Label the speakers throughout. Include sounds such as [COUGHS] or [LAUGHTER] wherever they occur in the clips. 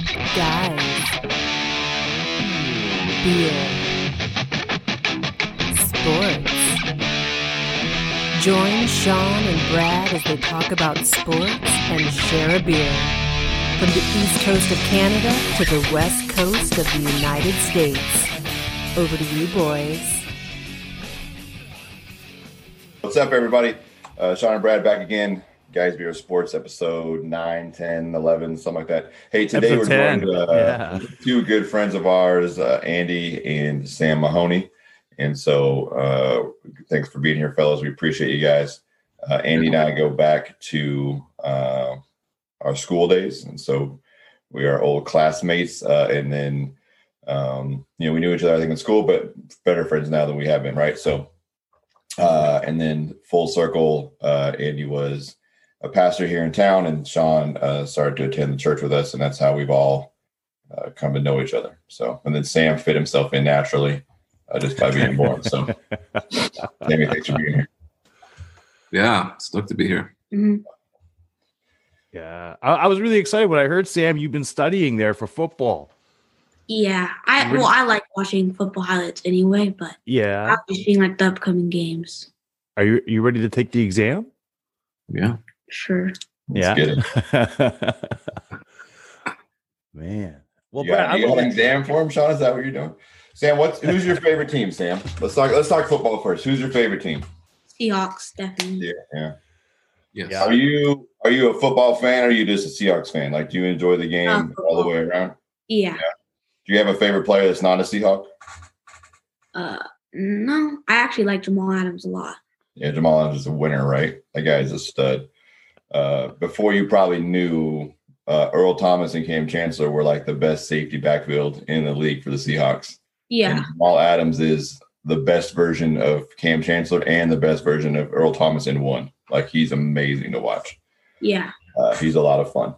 Speaker 1: Guys. Beer. Sports. Join Sean and Brad as they talk about sports and share a beer. From the east coast of Canada to the west coast of the United States. Over to you, boys.
Speaker 2: What's up, everybody? Uh, Sean and Brad back again. Guys, Beer Sports, episode 9, 10, 11, something like that. Hey, today
Speaker 3: Episode
Speaker 2: we're joined
Speaker 3: 10,
Speaker 2: uh,
Speaker 3: yeah.
Speaker 2: two good friends of ours, uh, Andy and Sam Mahoney. And so uh, thanks for being here, fellas. We appreciate you guys. Uh, Andy and I go back to uh, our school days. And so we are old classmates. Uh, and then, um, you know, we knew each other, I think, in school, but better friends now than we have been, right? So, uh, and then full circle, uh, Andy was a pastor here in town, and Sean uh, started to attend the church with us, and that's how we've all uh, come to know each other. So, and then Sam fit himself in naturally uh, just by being born. So, Sammy, thanks for being here.
Speaker 4: Yeah, stoked to be here.
Speaker 3: Yeah, I, I was really excited when I heard Sam. You've been studying there for football.
Speaker 5: Yeah, I well, I like watching football highlights anyway, but
Speaker 3: Yeah,
Speaker 5: I'm just being like the upcoming games.
Speaker 3: are you you ready to take the exam?
Speaker 4: Yeah.
Speaker 5: Sure.
Speaker 2: Let's get it.
Speaker 3: man. Well,
Speaker 2: you got,
Speaker 3: Brad,
Speaker 2: you got an
Speaker 3: I'm
Speaker 2: exam for him, Sean? Is that what you're doing? Sam, what's who's your favorite team? Sam, let's talk. Let's talk football first. Who's your favorite team?
Speaker 5: Seahawks, definitely.
Speaker 2: Yeah, yeah.
Speaker 4: Yes.
Speaker 3: Yeah.
Speaker 2: Are you are you a football fan? or Are you just a Seahawks fan? Like, do you enjoy the game
Speaker 5: Uh,
Speaker 2: all the way around?
Speaker 5: Yeah.
Speaker 2: Do you have a favorite player that's not a Seahawk?
Speaker 5: Uh, no, I actually like Jamal Adams a lot.
Speaker 2: Yeah, Jamal Adams is a winner, right? That guy is a stud. Uh, before you probably knew uh, Earl Thomas and Cam Chancellor were like the best safety backfield in the league for the Seahawks.
Speaker 5: Yeah,
Speaker 2: And Jamal Adams is the best version of Cam Chancellor and the best version of Earl Thomas in one. Like he's amazing to watch.
Speaker 5: yeah,
Speaker 2: Uh, he's a lot of fun.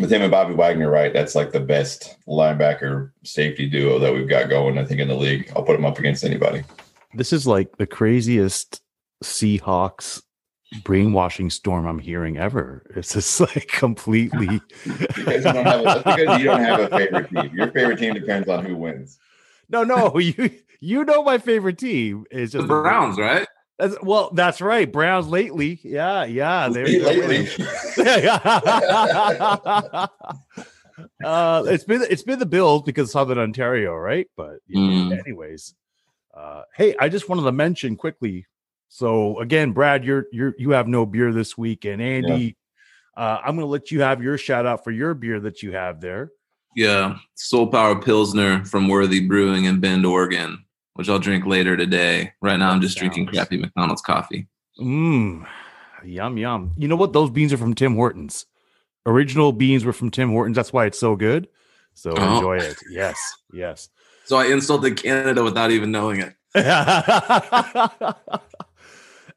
Speaker 2: With him and Bobby Wagner, right? That's like the best linebacker safety duo that we've got going, I think, in the league. I'll put him up against anybody.
Speaker 3: this is like the craziest Seahawks brainwashing storm I'm hearing ever. It's just like completely.
Speaker 2: [LAUGHS] Because you don't have a, that's because you don't have a favorite team. Your favorite team depends on who wins.
Speaker 3: [LAUGHS] no, no, you you know my favorite team is
Speaker 4: The
Speaker 3: just
Speaker 4: Browns, right?
Speaker 3: That's, well, that's right, Browns lately. Yeah, yeah, they're- they're winning. [LAUGHS]
Speaker 2: Lately,
Speaker 3: uh, it's been it's been the Bills because Southern Ontario, right? But you know,
Speaker 4: Mm.
Speaker 3: anyways, uh, hey, I just wanted to mention quickly. So again, Brad, you're you're you have no beer this week, and Andy, uh, I'm going to let you have your shout out for your beer that you have there.
Speaker 4: Yeah. Soul Power Pilsner from Worthy Brewing in Bend, Oregon, which I'll drink later today. Right now, I'm just drinking
Speaker 3: Sounds-
Speaker 4: crappy McDonald's coffee.
Speaker 3: Mmm, yum yum. You know what? Those beans are from Tim Hortons. Original beans were from Tim Hortons. That's why it's so good. So
Speaker 4: Oh.
Speaker 3: enjoy it. Yes, yes.
Speaker 4: So I insulted Canada without even knowing it.
Speaker 3: [LAUGHS]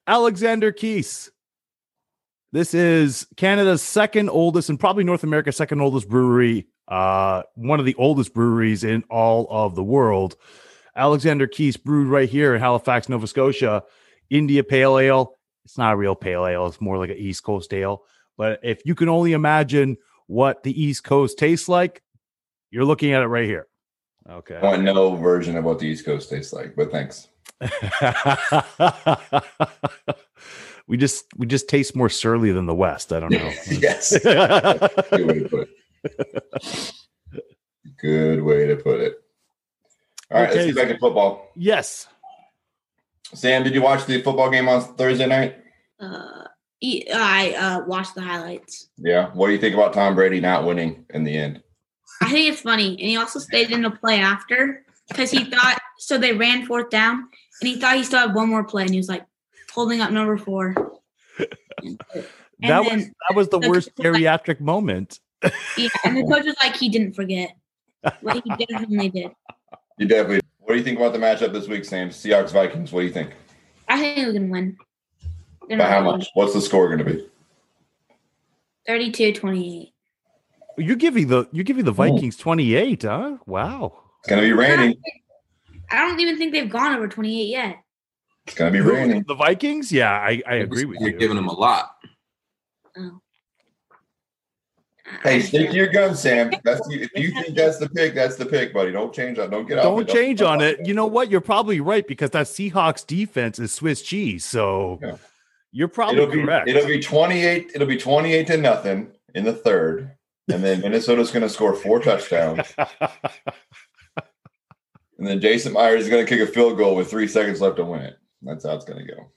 Speaker 3: Alexander Keese. This is Canada's second oldest and probably North America's second oldest brewery, uh, one of the oldest breweries in all of the world. Alexander Keese brewed right here in Halifax, Nova Scotia. India Pale Ale. It's not a real pale ale, it's more like an East Coast ale. But if you can only imagine what the East Coast tastes like, you're looking at it right here. Okay.
Speaker 2: I want no version of what the East Coast tastes like, but thanks.
Speaker 3: [LAUGHS] we just we just taste more surly than the West. I don't know.
Speaker 2: [LAUGHS] yes. Good way to put it. Good way to put it. All right,
Speaker 3: Okay.
Speaker 2: let's get back to football.
Speaker 3: [LAUGHS] yes.
Speaker 2: Sam, did you watch the football game on Thursday night?
Speaker 5: uh, e- I uh watched the highlights.
Speaker 2: Yeah. What do you think about Tom Brady not winning in the end?
Speaker 5: I think it's funny, and he also stayed in the play after because he thought so. They ran fourth down, and he thought he still had one more play, and he was like holding up number four. And
Speaker 3: that
Speaker 5: then-
Speaker 3: was that was the
Speaker 5: the
Speaker 3: worst
Speaker 5: people that-
Speaker 3: geriatric moment.
Speaker 5: Yeah, and the coach was like, he didn't forget. What he definitely did.
Speaker 2: You definitely. What do you think about the matchup this week, Sam? Seahawks Vikings. What do you think?
Speaker 5: I think we're gonna win. They're
Speaker 2: By
Speaker 5: not
Speaker 2: how
Speaker 5: gonna
Speaker 2: much? What's the score going to be?
Speaker 5: win. 32-28.
Speaker 3: You're giving the you're giving the
Speaker 2: Hmm.
Speaker 3: Vikings 28, huh? Wow.
Speaker 2: It's going to be
Speaker 5: I don't
Speaker 2: raining.
Speaker 5: think- I don't even think they've gone over 28 yet.
Speaker 2: It's going to be
Speaker 3: Who-
Speaker 2: raining.
Speaker 3: The Vikings? Yeah, I, I agree with
Speaker 4: You're
Speaker 3: you.
Speaker 4: giving them a lot.
Speaker 5: Oh.
Speaker 2: Hey, stick to your gun, Sam. That's the, if you think that's the pick, that's the pick, buddy. Don't change on. Don't get off.
Speaker 3: Don't change on it. You know what? You're probably right because that Seahawks defense is Swiss cheese. So
Speaker 2: Yeah.
Speaker 3: you're probably
Speaker 2: It'll be
Speaker 3: correct.
Speaker 2: it'll be twenty eight. It'll be twenty eight to nothing in the third, and then Minnesota's going to score four touchdowns,
Speaker 3: [LAUGHS]
Speaker 2: and then Jason Myers is going to kick a field goal with three seconds left to win it. That's how it's going to go.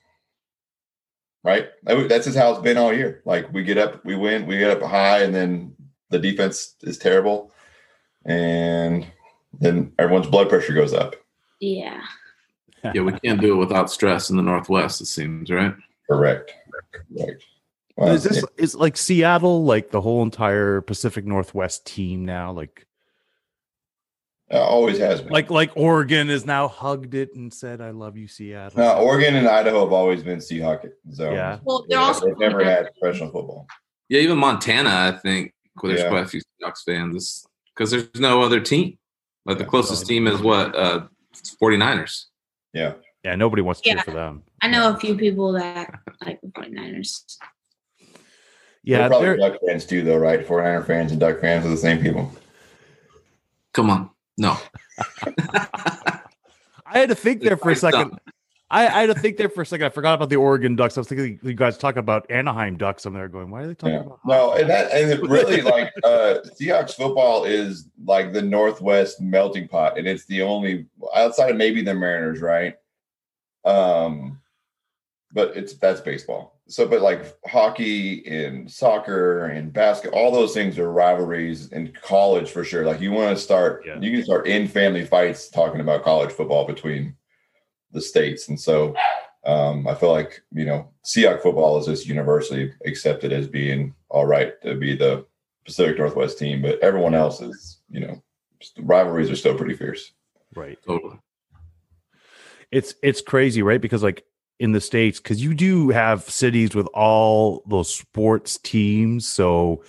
Speaker 2: Right? That- That's just how it's been all year. Like we get up, we win, we get up high, and then the defense is terrible, and then everyone's blood pressure goes up.
Speaker 5: Yeah.
Speaker 4: Yeah, we can't do it without stress in the Northwest. It seems right.
Speaker 2: Correct. Correct. Well,
Speaker 3: is this is like Seattle, like the whole entire Pacific Northwest team now? Like
Speaker 2: it always has been.
Speaker 3: like like Oregon has now hugged it and said, "I love you, Seattle."
Speaker 2: No, Oregon and Idaho have always been Seahawk zones.
Speaker 3: Yeah.
Speaker 5: Well, they're
Speaker 2: Yeah,
Speaker 5: also
Speaker 2: they've never had professional football.
Speaker 4: Yeah, even Montana, I think, where there's
Speaker 2: Yeah.
Speaker 4: quite a few Seahawks fans because there's no other team. Like the
Speaker 2: Yeah.
Speaker 4: closest team is what uh, 49ers.
Speaker 2: Yeah.
Speaker 3: yeah, nobody wants to
Speaker 5: Yeah.
Speaker 3: cheer for them.
Speaker 5: I know a few people that like the 49ers.
Speaker 3: Yeah,
Speaker 2: They're probably
Speaker 3: they're-
Speaker 2: Duck fans too, though, right? 49er fans and Duck fans are the same people.
Speaker 4: Come on, no.
Speaker 3: I had to think there for a
Speaker 4: It's like
Speaker 3: second. I, I had to think there for a second. I forgot about the Oregon Ducks. I was thinking you guys talk about Anaheim Ducks. I'm there going, why are they talking
Speaker 2: Yeah.
Speaker 3: about?
Speaker 2: No, and that and it
Speaker 3: [LAUGHS]
Speaker 2: really like uh Seahawks football is like the Northwest melting pot, and it's the only outside of maybe the Mariners, right? Um, but it's that's baseball. So, but like hockey and soccer and basketball, all those things are rivalries in college for sure. Like you want to start,
Speaker 3: Yeah.
Speaker 2: you can start in family fights talking about college football between the states, and so um, I feel like you know Seahawk football is just universally accepted as being all right to be the Pacific Northwest team, but everyone else is you know rivalries are still pretty fierce.
Speaker 3: Right.
Speaker 4: Totally.
Speaker 3: It's it's crazy, right? Because like in the states, because you do have cities with all those sports teams. So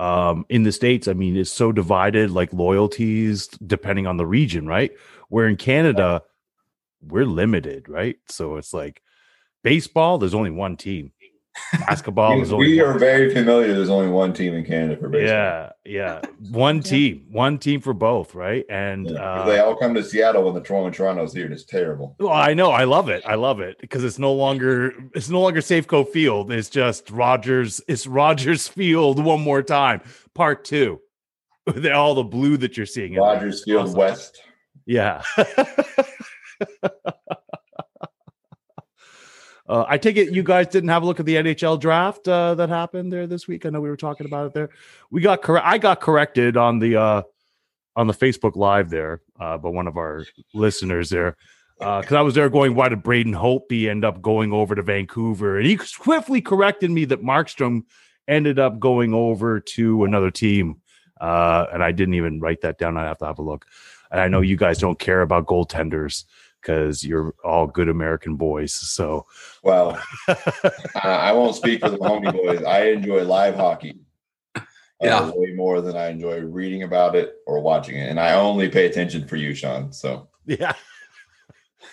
Speaker 3: um, in the states, I mean, it's so divided, like loyalties depending on the region, right? Where in Canada, we're limited, right? So it's like baseball. There's only one team. Basketball. there's only
Speaker 2: we
Speaker 3: one
Speaker 2: are very familiar. There's only one team in Canada for baseball.
Speaker 3: Yeah,
Speaker 2: [LAUGHS]
Speaker 3: yeah. One team, one team for both, right? And
Speaker 2: Yeah, 'cause they
Speaker 3: uh,
Speaker 2: all come to Seattle when the Toronto Toronto's here, and it's terrible.
Speaker 3: well, I know, I love it, I love it because it's no longer it's no longer Safeco Field. It's just Rogers. It's Rogers Field [LAUGHS] one more time, part two. [LAUGHS] They're all the blue that you're seeing. in there.
Speaker 2: Rogers Field
Speaker 3: Awesome.
Speaker 2: West.
Speaker 3: Yeah. Uh, I take it you guys didn't have a look at the NHL draft uh, that happened there this week. I know we were talking about it there. We got correct. I got corrected on the uh, on the Facebook Live there uh, by one of our listeners there because I was there going, why did Braden Holtby end up going over to Vancouver? And he swiftly corrected me that Markstrom ended up going over to another team, uh, and I didn't even write that down. I have to have a look. And I know you guys don't care about goaltenders because you're all good American boys. So
Speaker 2: Well, [LAUGHS] I, I won't speak for the Mahoney boys. I enjoy live hockey. uh,
Speaker 4: Yeah.
Speaker 2: way more than I enjoy reading about it or watching it, and I only pay attention for you, Sean. So
Speaker 3: yeah,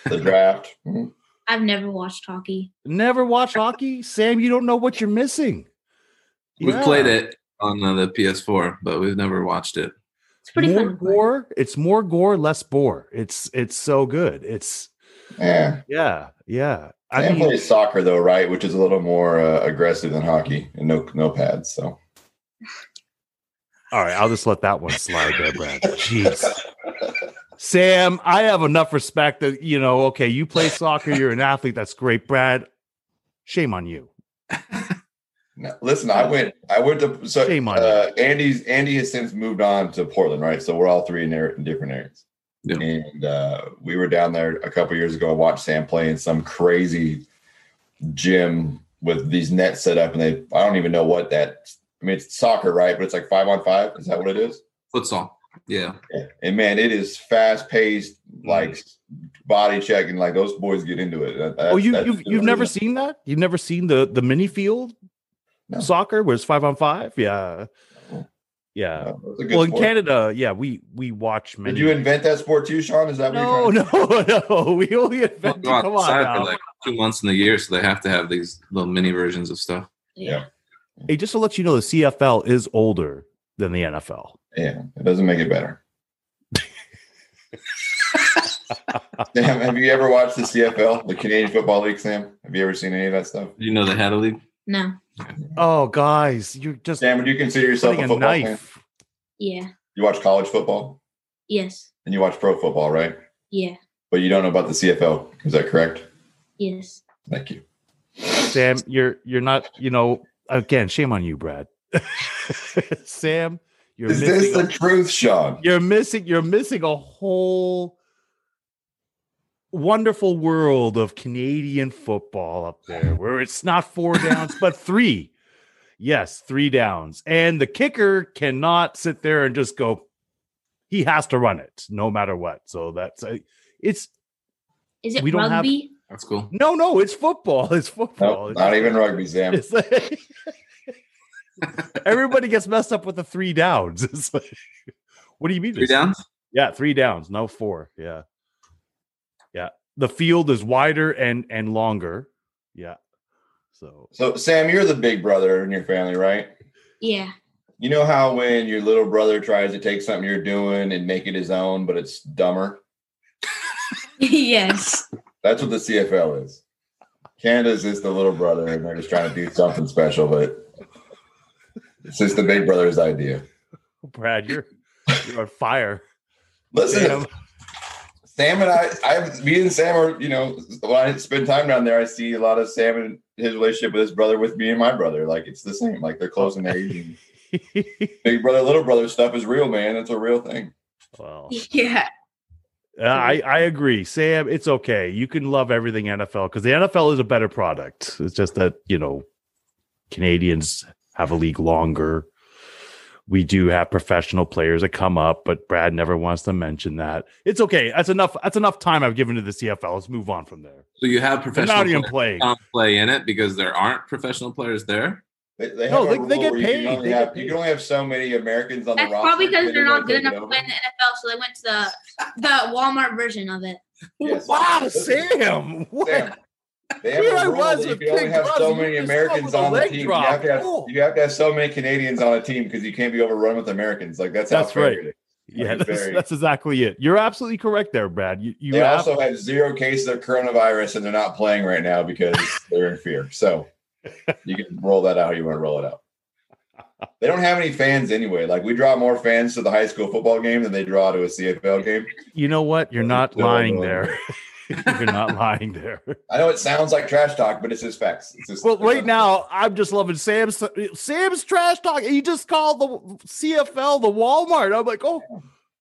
Speaker 2: the draft, [LAUGHS] mm,
Speaker 5: I've never watched hockey.
Speaker 3: never watch hockey, Sam. You don't know what you're missing.
Speaker 4: We've
Speaker 3: Yeah.
Speaker 4: played it on uh, the PS4, but we've never watched it.
Speaker 5: It's pretty
Speaker 3: more
Speaker 5: fun. to play.
Speaker 3: gore. It's more gore, less bore. It's it's so good. It's
Speaker 2: yeah.
Speaker 3: yeah, yeah. I
Speaker 2: Sam
Speaker 3: mean,
Speaker 2: plays soccer though, right? Which is a little more uh, aggressive than hockey, and no no pads. So
Speaker 3: all right, I'll just let that one slide there, Brad. Jeez. Sam, I have enough respect that you know. Okay, you play soccer, you're an athlete. That's great, Brad. Shame on you.
Speaker 2: No, listen, I went. I went to so
Speaker 3: Shame on
Speaker 2: uh, Andy's. Andy has since moved on to Portland, right? So we're all three in, there, in different areas.
Speaker 4: Yeah.
Speaker 2: And uh, we were down there a couple years ago. I watched Sam play in some crazy gym with these nets set up, and they. I don't even know what that. I mean, it's soccer, right? But it's like five on five. Is that what it is?
Speaker 4: Futsal. Yeah.
Speaker 2: Yeah. And man, it is fast paced, like body checking. Like those boys get into it. That-
Speaker 3: oh,
Speaker 2: that's-
Speaker 3: you
Speaker 2: that's-
Speaker 3: you've, you've never seen that? You've never seen the the mini field
Speaker 2: No.
Speaker 3: soccer where it's five on five? Yeah,
Speaker 2: No.
Speaker 3: yeah.
Speaker 2: No, it's a good
Speaker 3: well, in
Speaker 2: sport.
Speaker 3: Canada, yeah, we we watch many.
Speaker 2: Did you invent that sport too, Sean? Is that what
Speaker 3: no,
Speaker 2: you're trying to-
Speaker 3: no, [LAUGHS] no. We only invented.
Speaker 4: Go
Speaker 3: Come on,
Speaker 4: outside for
Speaker 3: now.
Speaker 4: like two months in the year, so they have to have these little mini versions of stuff.
Speaker 5: Yeah.
Speaker 3: Hey, just to let you know, the CFL is older than the NFL.
Speaker 2: Yeah, it doesn't make it
Speaker 3: [LAUGHS]
Speaker 2: better. Sam, have you ever watched the CFL, the Canadian Football League, Sam? Have you ever seen any of that stuff?
Speaker 4: You know they had a league.
Speaker 5: No.
Speaker 3: Oh, guys, you're just
Speaker 2: Sam, would you consider yourself a
Speaker 3: putting a
Speaker 2: football fan?
Speaker 3: knife.
Speaker 5: Yeah.
Speaker 2: You watch college football
Speaker 5: Yes.
Speaker 2: and you watch pro football, right?
Speaker 5: Yeah.
Speaker 2: But you don't know about the CFL. Is that correct?
Speaker 5: Yes.
Speaker 2: Thank you.
Speaker 3: Sam, you're you're not, you know, again, shame on you, Brad. [LAUGHS] Sam, you're
Speaker 2: Is
Speaker 3: missing
Speaker 2: this
Speaker 3: a-
Speaker 2: the truth, Sean?
Speaker 3: you're missing you're missing a whole wonderful world of Canadian football up
Speaker 2: [LAUGHS]
Speaker 3: there where it's not four downs but three. Yes, three downs. And the kicker cannot sit there and just go he has to run it no matter what. So that's uh, it's
Speaker 5: Is it
Speaker 3: We don't have-
Speaker 5: rugby?
Speaker 4: That's cool.
Speaker 3: no no, it's football. [LAUGHS] It's football.
Speaker 2: Nope,
Speaker 3: It's-
Speaker 2: not even rugby, Sam.
Speaker 3: [LAUGHS] It's like [LAUGHS] everybody gets messed up with the three downs. [LAUGHS] It's like, what do you mean?
Speaker 4: Three
Speaker 3: it's-
Speaker 4: downs.
Speaker 3: Yeah, three downs, no four. Yeah, yeah. The field is wider and and longer. Yeah. So
Speaker 2: So, Sam, you're the big brother in your family, right?
Speaker 5: Yeah. [LAUGHS]
Speaker 2: You know how when your little brother tries to take something you're doing and make it his own, but it's dumber?
Speaker 5: yes.
Speaker 2: That's what the CFL is. Canada's just the little brother, and they're just trying to do something special, but it's just the big brother's idea.
Speaker 3: Brad, you're you're on fire.
Speaker 2: Listen,
Speaker 3: Sam,
Speaker 2: Sam and I, I, me and Sam are, you know, when I spend time down there, I see a lot of Sam and his relationship with his brother, with me and my brother. Like it's the same. Like they're close in age. and big brother, little brother stuff is real, man. It's a real thing.
Speaker 3: [LAUGHS] well,
Speaker 5: Yeah.
Speaker 3: Uh, I I agree, Sam. It's okay. You can love everything NFL because the NFL is a better product. It's just that you know Canadians have a league longer. We do have professional players that come up, but Brad never wants to mention that. It's okay. That's enough. That's enough time I've given to the CFL. Let's move on from there.
Speaker 4: So you have
Speaker 3: They're
Speaker 4: professional
Speaker 3: not
Speaker 4: players
Speaker 3: even playing.
Speaker 2: Uh,
Speaker 4: don't play in it because there aren't professional players there.
Speaker 2: They, they
Speaker 3: No,
Speaker 2: have a
Speaker 3: they-
Speaker 2: rule
Speaker 3: they get
Speaker 2: where you can
Speaker 3: paid.
Speaker 2: only
Speaker 3: They get
Speaker 2: have-
Speaker 3: paid.
Speaker 2: You can only have so many Americans on
Speaker 5: That's
Speaker 2: the roster.
Speaker 5: probably because
Speaker 2: and
Speaker 5: they're not good
Speaker 2: everybody
Speaker 5: enough to play in
Speaker 2: takes
Speaker 5: the NFL, so they went to the the Walmart version of it.
Speaker 2: Yes.
Speaker 3: Wow, Sam. What?
Speaker 2: it over.
Speaker 3: [LAUGHS]
Speaker 2: Sam, They have
Speaker 3: Here I
Speaker 2: a rule that
Speaker 3: was
Speaker 2: you
Speaker 3: with
Speaker 2: can only
Speaker 3: King
Speaker 2: have so
Speaker 3: Grubs,
Speaker 2: many
Speaker 3: you just
Speaker 2: Americans
Speaker 3: saw with a
Speaker 2: on the
Speaker 3: leg
Speaker 2: team. You
Speaker 3: drop.
Speaker 2: have, to have,
Speaker 3: Oh.
Speaker 2: you have to have so many Canadians on a team because you can't be overrun with Americans. Like that's,
Speaker 3: That's
Speaker 2: how fair
Speaker 3: right.
Speaker 2: it is.
Speaker 3: Yeah,
Speaker 2: Like, it's
Speaker 3: that's,
Speaker 2: very-
Speaker 3: that's exactly it. You're absolutely correct there, Brad. You, you
Speaker 2: they
Speaker 3: have-
Speaker 2: also have zero cases of coronavirus and they're not playing right now
Speaker 3: [LAUGHS]
Speaker 2: because they're in fear. So you can roll that out how you want to roll it out. They don't have any fans anyway. Like we draw more fans to the high school football game than they draw to a CFL game.
Speaker 3: you know
Speaker 2: [LAUGHS]
Speaker 3: what? You're not
Speaker 2: No,
Speaker 3: lying
Speaker 2: no.
Speaker 3: there. [LAUGHS] You're not lying there.
Speaker 2: I know it sounds like trash talk, but it's just facts. It's just
Speaker 3: Well, right now I'm just loving Sam's Sam's trash talk. He just called the CFL the Walmart. I'm like, oh,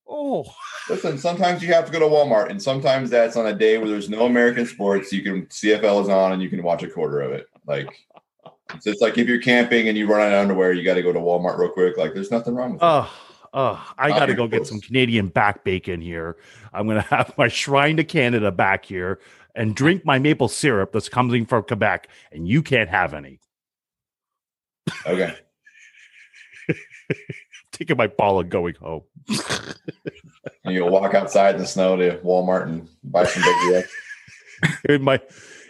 Speaker 3: oh,
Speaker 2: Listen, sometimes you have to go to Walmart, and sometimes that's on a day where there's no American sports. You can CFL is on, and you can watch a quarter of it. Like it's just like if you're camping and you run out of underwear, you got to go to Walmart real quick. Like there's nothing wrong with it.
Speaker 3: uh, uh, I
Speaker 2: Not
Speaker 3: got to
Speaker 2: even
Speaker 3: go get
Speaker 2: close.
Speaker 3: some Canadian back bacon here. I'm gonna [LAUGHS] have my shrine to Canada back here and drink my maple syrup that's coming from Quebec, and you can't have any.
Speaker 5: Oh.
Speaker 2: Okay,
Speaker 3: Taking my ball and going home. [LAUGHS]
Speaker 2: and you'll walk outside in the snow to Walmart and buy some big eggs.
Speaker 3: in my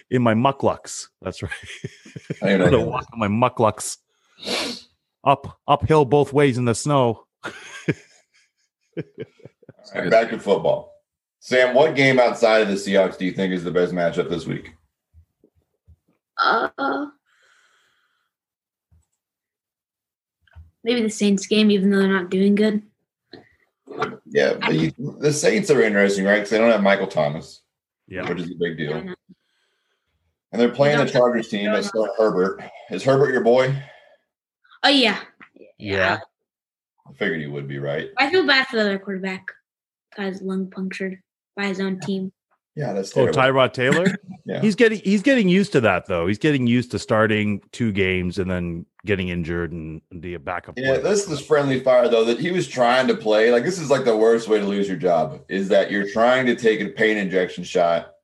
Speaker 3: in my mucklucks. That's right. [LAUGHS]
Speaker 2: I don't even
Speaker 3: I'm
Speaker 5: [LAUGHS]
Speaker 3: gonna
Speaker 2: know.
Speaker 3: walk on my mucklucks up uphill both ways in the snow.
Speaker 2: All right, back to football. Sam, what game outside of the Seahawks do you think is the best matchup this week?
Speaker 5: Uh, maybe the Saints game, even though they're not doing good.
Speaker 2: Yeah, the, the Saints are interesting, right? Because they don't have Michael Thomas,
Speaker 3: Yeah.
Speaker 2: which is a big deal.
Speaker 5: Yeah.
Speaker 2: And they're playing
Speaker 5: No,
Speaker 2: the Chargers team. That's still Herbert. Is Herbert your boy?
Speaker 5: Oh yeah,
Speaker 3: Yeah.
Speaker 2: I figured he would be, right?
Speaker 5: I feel bad for the other quarterback. Got his lung punctured by his own team.
Speaker 2: Yeah, that's
Speaker 3: Oh,
Speaker 2: terrible.
Speaker 3: Tyrod Taylor.
Speaker 2: [LAUGHS] Yeah.
Speaker 3: He's getting he's getting used to that though. He's getting used to starting two games and then getting injured and the backup.
Speaker 2: yeah,
Speaker 3: player.
Speaker 2: this is friendly fire though. That he was trying to play. Like this is like the worst way to lose your job is that you're trying to take a pain injection shot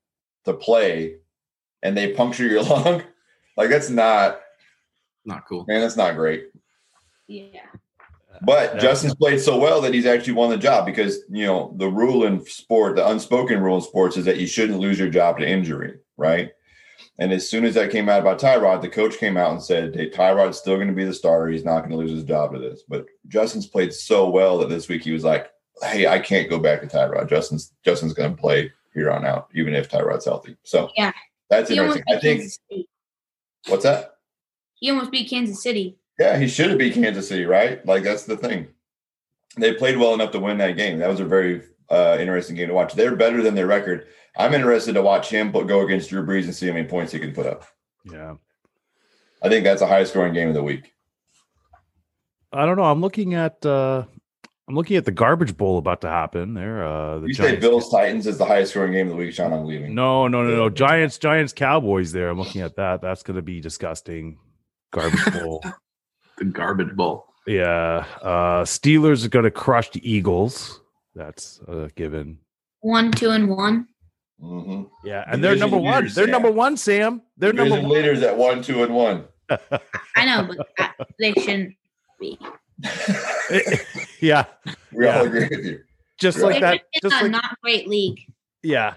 Speaker 2: to play, and they puncture your [LAUGHS] lung. Like that's not
Speaker 4: Not cool.
Speaker 2: man, that's not great.
Speaker 5: Yeah.
Speaker 2: But
Speaker 3: Yeah.
Speaker 2: Justin's played so well that he's actually won the job because you know the rule in sport, the unspoken rule in sports is that you shouldn't lose your job to injury, right? And as soon as that came out about Tyrod, the coach came out and said, Hey, Tyrod's still going to be the starter. He's not going to lose his job to this. But Justin's played so well that this week he was like, Hey, I can't go back to Tyrod. Justin's Justin's going to play here on out, even if Tyrod's healthy. So
Speaker 5: Yeah.
Speaker 2: that's
Speaker 5: He almost
Speaker 2: interesting. I
Speaker 5: beat
Speaker 2: think,
Speaker 5: Kansas City.
Speaker 2: what's that?
Speaker 5: He almost beat Kansas City.
Speaker 2: Yeah, he should have beat Kansas City, right? Like that's the thing. They played well enough to win that game. That was a very uh, interesting game to watch. They're better than their record. I'm interested to watch him put, go against Drew Brees and see how many points he can put up.
Speaker 3: Yeah.
Speaker 2: I think that's the highest scoring game of the week.
Speaker 3: I don't know. I'm looking at uh I'm looking at the garbage bowl about to happen. There uh the
Speaker 2: you say
Speaker 3: Giants-
Speaker 2: Bills Titans is the highest scoring game of the week, Sean. I'm leaving.
Speaker 3: No, no, no, no. Giants, Giants, Cowboys there. I'm looking at that. That's gonna be disgusting.
Speaker 2: [LAUGHS]
Speaker 3: Garbage bowl.
Speaker 4: The garbage bowl.
Speaker 3: yeah. Uh Steelers are gonna crush the Eagles. That's a given.
Speaker 5: One, two, and one.
Speaker 2: Mm-hmm.
Speaker 3: Yeah, and they're
Speaker 2: Division
Speaker 3: number one.
Speaker 2: leaders,
Speaker 3: they're
Speaker 2: Sam.
Speaker 3: number one, Sam. They're number
Speaker 2: Division
Speaker 3: one.
Speaker 2: leaders at one, two, and one. [LAUGHS]
Speaker 5: I know, but I, they shouldn't be.
Speaker 3: [LAUGHS] yeah,
Speaker 2: we
Speaker 3: Yeah.
Speaker 2: all agree with you.
Speaker 3: just
Speaker 2: Right.
Speaker 3: like
Speaker 5: They're
Speaker 3: that.
Speaker 5: just in
Speaker 3: Just
Speaker 5: a
Speaker 3: like
Speaker 5: not great league.
Speaker 3: yeah,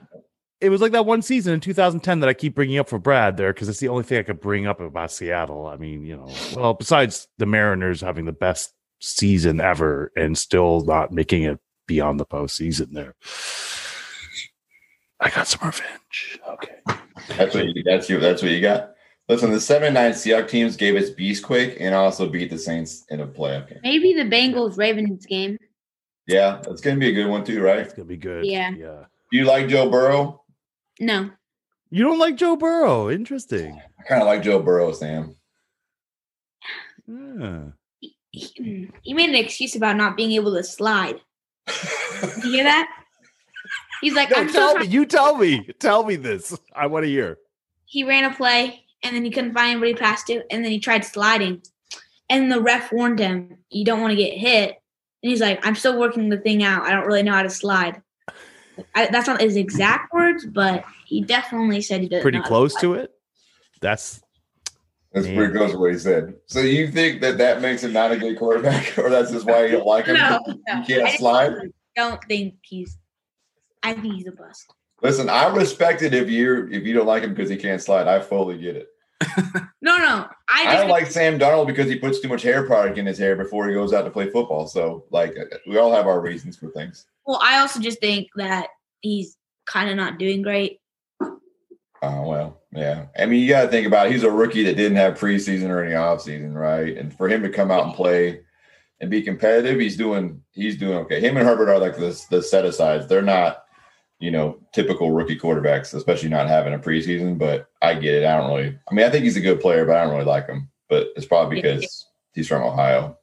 Speaker 3: it was like that one season in 2010 that I keep bringing up for Brad there because it's the only thing I could bring up about Seattle. I mean, you know, well, besides the Mariners having the best season ever and still not making it beyond the postseason, there. I got some revenge. Okay.
Speaker 2: That's what you. That's you. That's what you got. Listen, the seven nine Seahawks teams gave us beast quake and also beat the Saints in a playoff game.
Speaker 5: Maybe the Bengals Ravens game.
Speaker 2: Yeah, that's going to be a good one too, right?
Speaker 3: It's gonna be good.
Speaker 5: Yeah.
Speaker 3: Yeah.
Speaker 2: Do you like Joe Burrow?
Speaker 5: No.
Speaker 3: You don't like Joe Burrow? Interesting.
Speaker 2: I kind of like Joe Burrow, Sam.
Speaker 3: Yeah.
Speaker 5: He, he made an excuse about not being able to slide. Did you hear that? He's like,
Speaker 3: No,
Speaker 5: I'm so
Speaker 3: tell me.
Speaker 5: trying.
Speaker 3: You tell me. Tell me this. I want to hear.
Speaker 5: He ran a play and then he couldn't find anybody to pass to, and then he tried sliding. And the ref warned him, You don't want to get hit. And he's like, I'm still working the thing out. I don't really know how to slide. I, that's not his exact words, but he definitely said he doesn't.
Speaker 3: Pretty
Speaker 5: know how
Speaker 3: close
Speaker 5: slide.
Speaker 3: to it. That's
Speaker 2: That's
Speaker 3: Man.
Speaker 2: pretty close to what he said. So you think that that makes him not a good quarterback, [LAUGHS] or that's just why you don't like him?
Speaker 5: No, no.
Speaker 2: You can't
Speaker 5: I just
Speaker 2: slide?
Speaker 5: Don't think he's. I think he's a bust.
Speaker 2: Listen, I respect it if you if you don't like him because he can't slide. I fully get it.
Speaker 5: No, no. I
Speaker 2: I
Speaker 5: just
Speaker 2: don't like Sam Donald because he puts too much hair product in his hair before he goes out to play football. So, like, uh, we all have our reasons for things.
Speaker 5: Well, I also just think that he's kind of not doing great.
Speaker 2: Oh well, yeah. I mean, you got to think about it. he's a rookie that didn't have preseason or any offseason, right? And for him to come out and play and be competitive, he's doing he's doing okay. Him and Herbert are like the the set asides. They're not, you know, typical rookie quarterbacks, especially not having a preseason. But I get it. I don't really. I mean, I think he's a good player, but I don't really like him. But it's probably
Speaker 5: Yeah.
Speaker 2: because he's from Ohio.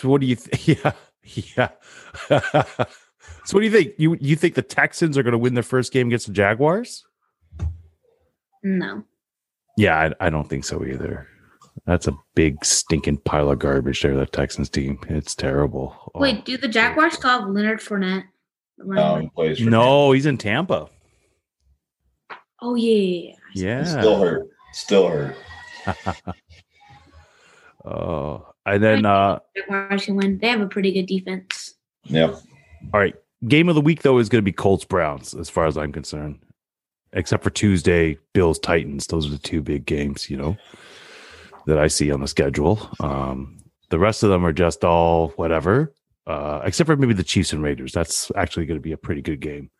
Speaker 3: So what do you think? [LAUGHS] Yeah, yeah. [LAUGHS] so what do you think? You you think the Texans are going to win their first game against the Jaguars?
Speaker 5: No.
Speaker 3: Yeah, I, I don't think so either. That's a big stinking pile of garbage there. That Texans team, it's terrible. Oh.
Speaker 5: Wait, do the Jaguars still have Leonard Fournette? The running
Speaker 2: Um,
Speaker 5: back?
Speaker 2: plays for
Speaker 3: Oh. no, he's in Tampa.
Speaker 5: Oh yeah, yeah, yeah.
Speaker 3: Yeah,
Speaker 2: He's still hurt. Still hurt.
Speaker 3: Oh, and then uh,
Speaker 5: Jaguars can win. They have a pretty good defense.
Speaker 2: Yep.
Speaker 3: all right. Game of the week though is going to be Colts Browns, as far as I'm concerned. Except for Tuesday, Bills Titans. Those are the two big games, you know, that I see on the schedule. Um, the rest of them are just all whatever, uh, except for maybe the Chiefs and Raiders. That's actually going to be a pretty good game.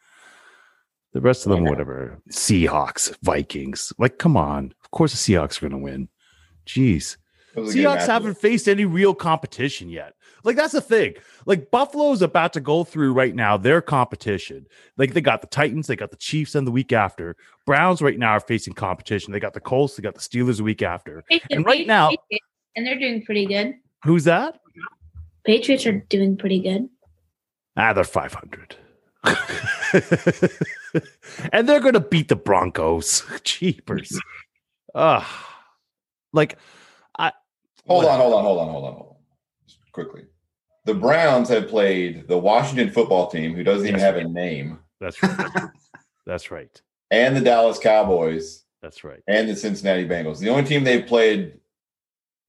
Speaker 3: The rest of them, whatever. Seahawks, Vikings. Like, come on. Of course, the Seahawks are going to win. Jeez.
Speaker 2: It was a good
Speaker 3: Seahawks
Speaker 2: matchup.
Speaker 3: haven't faced any real competition yet. Like that's the thing. Like Buffalo's about to go through right now their competition. Like they got the Titans, they got the Chiefs, and the week after. Browns right now are facing competition. They got the Colts, they got the Steelers the week after. And right now-
Speaker 5: and they're doing pretty good.
Speaker 3: Who's that?
Speaker 5: Patriots are doing pretty good.
Speaker 3: Ah, they're five hundred. [LAUGHS] and they're gonna beat the Broncos. [LAUGHS] Cheapers. Ugh. Like I
Speaker 2: Hold on,
Speaker 3: whatever.
Speaker 2: hold on, hold on, hold on, hold on. Just quickly. The Browns have played the Washington football team, who doesn't even
Speaker 3: Yes.
Speaker 2: have a name, [LAUGHS]
Speaker 3: That's right. That's right.
Speaker 2: and the Dallas Cowboys
Speaker 3: That's right.
Speaker 2: and the Cincinnati Bengals. The only team they've played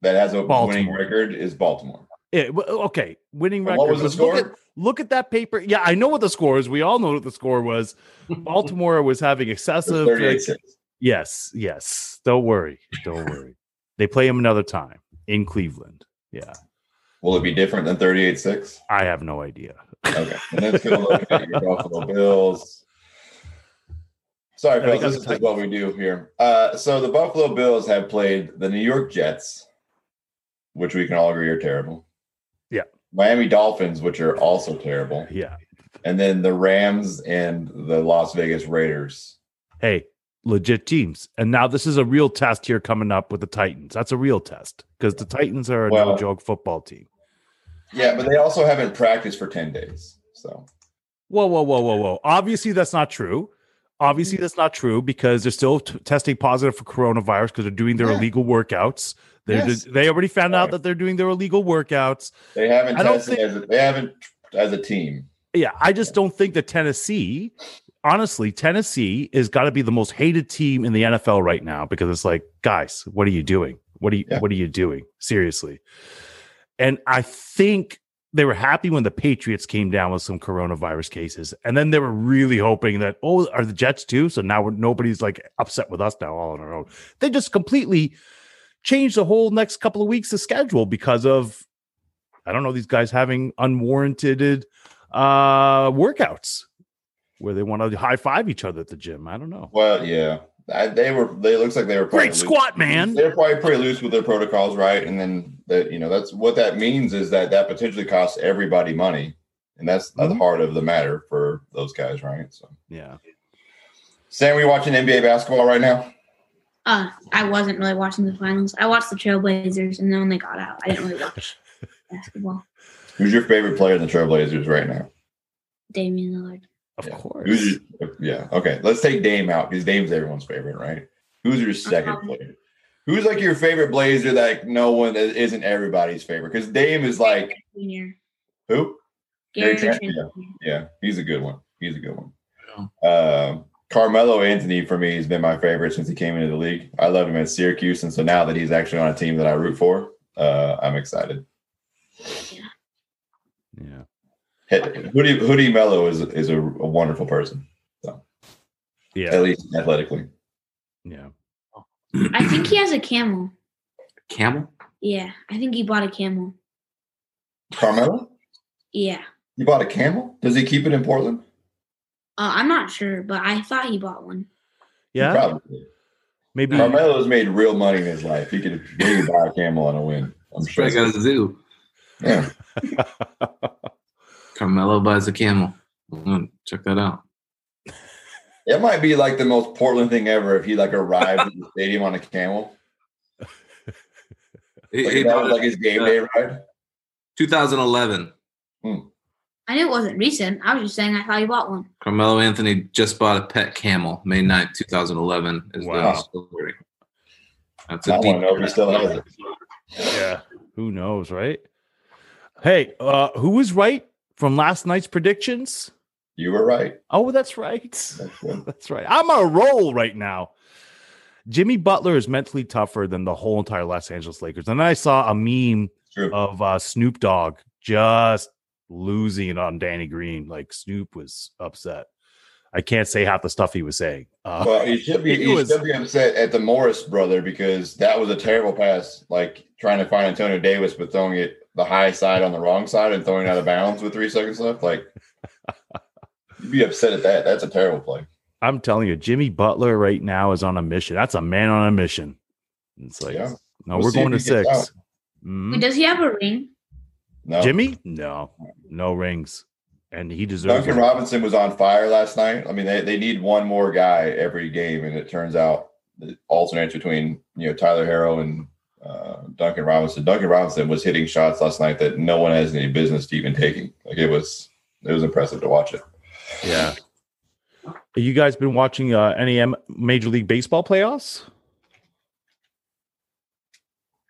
Speaker 2: that has a winning
Speaker 3: Baltimore.
Speaker 2: record is Baltimore.
Speaker 3: Yeah, w- okay. Winning
Speaker 2: And
Speaker 3: record.
Speaker 2: what was the
Speaker 3: but look
Speaker 2: score?
Speaker 3: at- Look at that paper. Yeah,
Speaker 2: Mm-hmm.
Speaker 4: [LAUGHS]
Speaker 3: I know what the score is. We all know what the score was. Baltimore was having excessive.
Speaker 2: 38 6.
Speaker 3: Yes, yes. Don't worry. Don't worry. They play him another time in Cleveland. Yeah.
Speaker 2: Will it be different than 38 6?
Speaker 3: I have no idea.
Speaker 2: Okay. And then still looking at your Buffalo Bills. Sorry,
Speaker 3: I think
Speaker 2: fellas, this is
Speaker 3: that's-
Speaker 2: just what we do here. Uh, so the Buffalo Bills have played the New York Jets, which we can all agree are terrible.
Speaker 3: Yeah.
Speaker 2: Miami Dolphins, which are also terrible.
Speaker 3: Yeah.
Speaker 2: And then the Rams and the Las Vegas Raiders.
Speaker 3: Hey, legit teams. And now this is a real test here coming up with the Titans. That's a real test because the Titans are a no
Speaker 2: Well-
Speaker 3: joke football team.
Speaker 2: Yeah, but they also haven't practiced for 10 days. So
Speaker 3: Whoa, whoa, whoa, whoa, whoa. Obviously, that's not true. Obviously, that's not true because they're still t- testing positive for coronavirus because they're doing their
Speaker 2: Yeah.
Speaker 3: illegal workouts. They are
Speaker 2: Yes.
Speaker 3: they already found out
Speaker 2: Right.
Speaker 3: that they're doing their illegal workouts.
Speaker 2: they haven't
Speaker 3: I don't
Speaker 2: tested
Speaker 3: think-
Speaker 2: as a, they haven't as a team.
Speaker 3: Yeah, I just don't think that Tennessee, honestly, Tennessee is got to be the most hated team in the NFL right now because it's like, guys, what are you doing? What are you
Speaker 2: Yeah.
Speaker 3: What are you doing? Seriously. And I think they were happy when the Patriots came down with some coronavirus cases, and then they were really hoping that oh, are the Jets too? So now we're, nobody's like upset with us now all on our own. They just completely changed the whole next couple of weeks of schedule because of I don't know these guys having unwarranted uh workouts where they want to high five each other at the gym. I don't know.
Speaker 2: Well, yeah. I, they were they looks like they were probably
Speaker 3: Great
Speaker 2: loo-
Speaker 3: squat, man.
Speaker 2: They're probably pretty loose with their protocols, right? And then that you know that's what that means is that that potentially costs everybody money, and that's the
Speaker 3: Mhm.
Speaker 2: heart of the matter for those guys, right? So,
Speaker 3: Yeah.
Speaker 2: Sam, we watching NBA basketball right now?
Speaker 5: Uh, I wasn't really watching the finals. I watched the Trailblazers, and then when they got out, I didn't really
Speaker 3: [LAUGHS]
Speaker 5: watch basketball.
Speaker 2: Who's your favorite player in the Trailblazers right now?
Speaker 5: Damian Lillard,
Speaker 3: Of
Speaker 2: Yeah.
Speaker 3: course.
Speaker 2: Who's your, yeah, okay. Let's take Dame out because Dame's everyone's favorite, right? Who's your 2nd
Speaker 5: Um,
Speaker 2: player? Who's like your favorite Blazer that like, no one that isn't everybody's favorite? Because Dame is like
Speaker 5: Junior,
Speaker 2: who? Gary
Speaker 5: Gary
Speaker 2: Trent,
Speaker 5: Trent, Jr.
Speaker 2: Yeah, he's a good one. He's a good one.
Speaker 4: Yeah.
Speaker 2: Uh, Carmelo Anthony for me has been my favorite since he came into the league. I loved him at Syracuse, and so now that he's actually on a team that I root for, uh, I'm excited.
Speaker 3: Yeah.
Speaker 2: He- Hoodie Hoodie Mello is is a, a wonderful person,
Speaker 3: Yeah.
Speaker 2: at least athletically.
Speaker 3: Yeah.
Speaker 5: I think he has a camel.
Speaker 4: camel.
Speaker 5: Yeah, I think he bought a camel.
Speaker 2: Carmelo,
Speaker 5: Yeah,
Speaker 2: you bought a camel? Does he keep it in Portland?
Speaker 5: uh, I'm not sure, but I thought he bought one.
Speaker 3: Yeah.
Speaker 2: probably.
Speaker 3: Maybe
Speaker 2: Carmelo's made real money in his life. He could maybe buy a camel and a win. I'm
Speaker 4: Probably
Speaker 2: sure.
Speaker 4: got a zoo.
Speaker 2: Yeah.
Speaker 3: [LAUGHS]
Speaker 4: Carmelo buys a camel. Mm, Check that out.
Speaker 2: It might be like the most Portland thing ever if he like arrived at the stadium on a camel.
Speaker 4: He-
Speaker 2: Like,
Speaker 4: he
Speaker 2: that
Speaker 4: bought
Speaker 2: was
Speaker 4: it uh,
Speaker 2: like his game day ride.
Speaker 4: 2011.
Speaker 5: I knew it wasn't recent. I was just saying I thought he bought one.
Speaker 4: Carmelo Anthony just bought a pet camel, May 9th, 2011. Is
Speaker 3: Wow.
Speaker 4: the story. That's
Speaker 2: I
Speaker 4: a deep.
Speaker 2: wanna know if he still has it.
Speaker 3: yeah. Who knows, right? Hey, uh who was right from last night's predictions?
Speaker 2: You were right.
Speaker 3: Oh, that's right. [LAUGHS]
Speaker 2: That's good.
Speaker 3: That's right. I'm on a roll right now. Jimmy Butler is mentally tougher than the whole entire Los Angeles Lakers. And I saw a meme
Speaker 2: It's true.
Speaker 3: of uh, Snoop Dogg just losing it on Danny Green. Like Snoop was upset. I can't say half the stuff he was saying. Uh,
Speaker 2: well, you should be
Speaker 3: he
Speaker 2: you
Speaker 3: was-
Speaker 2: should be upset at the Morris brother because that was a terrible pass, like trying to find Antonio Davis but throwing it the high side on the wrong side and throwing it out of bounds with three seconds left. Like you'd be upset at that. That's a terrible play.
Speaker 3: I'm telling you, Jimmy Butler right now is on a mission. That's a man on a mission. It's like,
Speaker 2: Yeah.
Speaker 3: no,
Speaker 2: We'll
Speaker 3: we're
Speaker 2: see if
Speaker 3: going to
Speaker 2: he gets out.
Speaker 3: six. Mhm.
Speaker 2: Hmm.
Speaker 5: Wait, does he have a ring?
Speaker 2: No.
Speaker 3: Jimmy? No, no rings. And he deserves
Speaker 2: Duncan
Speaker 3: it.
Speaker 2: Robinson was on fire last night. I mean, they, they need one more guy every game, and it turns out it alternates between you know Tyler Harrow and uh, Duncan Robinson. Duncan Robinson was hitting shots last night that no one has any business to even taking. Like it was it was impressive to watch it.
Speaker 3: Yeah. You guys been watching uh, any M- Major League Baseball playoffs?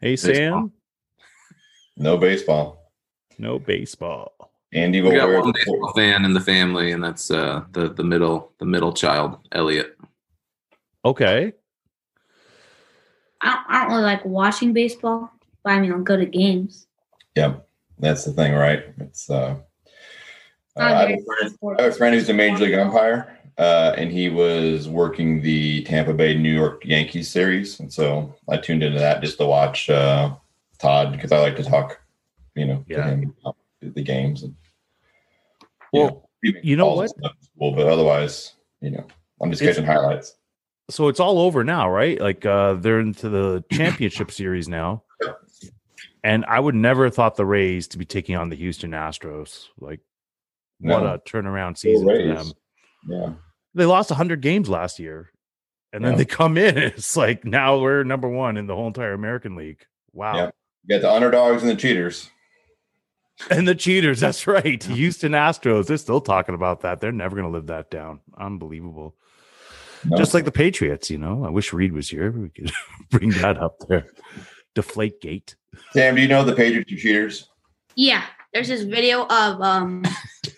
Speaker 3: Hey,
Speaker 4: Baseball.
Speaker 3: Sam.
Speaker 2: No baseball.
Speaker 3: No baseball.
Speaker 2: Andy will
Speaker 4: We got
Speaker 2: wear
Speaker 4: one baseball fan in the family, and that's uh, the the middle the middle child, Elliot.
Speaker 3: Okay.
Speaker 5: I don't, I don't really like watching baseball, but I mean, I'll go to games.
Speaker 2: Yeah, that's the thing, right? It's uh, uh,
Speaker 5: Not
Speaker 2: I, have
Speaker 5: very
Speaker 2: a friend,
Speaker 5: sport-
Speaker 2: Oh, I have a friend who's a major league umpire, uh, and he was working the Tampa Bay New York Yankees series, and so I tuned into that just to watch uh, Todd because I like to talk, you know,
Speaker 3: Yeah.
Speaker 2: to him about the games and
Speaker 3: Well,
Speaker 2: you know,
Speaker 3: you know
Speaker 2: calls and stuff. Well, but otherwise, you know, I'm just
Speaker 3: It's-
Speaker 2: catching highlights.
Speaker 3: so it's all over now, right? Like uh, they're into
Speaker 2: [COUGHS]
Speaker 3: the championship series now. And I would never have thought the Rays to be taking on the Houston Astros. Like, what
Speaker 2: No.
Speaker 3: a turnaround
Speaker 2: Go
Speaker 3: season for
Speaker 2: Rays.
Speaker 3: them.
Speaker 2: Yeah,
Speaker 3: They lost 100 games last year. And then
Speaker 2: Yeah.
Speaker 3: they come in. [LAUGHS] And it's like, now we're number one in the whole entire American League. Wow.
Speaker 2: Yeah. you got the underdogs and the cheaters.
Speaker 3: [LAUGHS] And the cheaters. That's right. Houston Astros. They're still talking about that. They're never going to live that down. Unbelievable.
Speaker 2: No.
Speaker 3: Just like the Patriots, you know. I wish Reed was here. We could [LAUGHS] bring that up there. Deflate gate.
Speaker 2: Sam, do you know the Patriots are cheaters?
Speaker 5: Yeah, there's this video of
Speaker 2: [LAUGHS]
Speaker 5: um,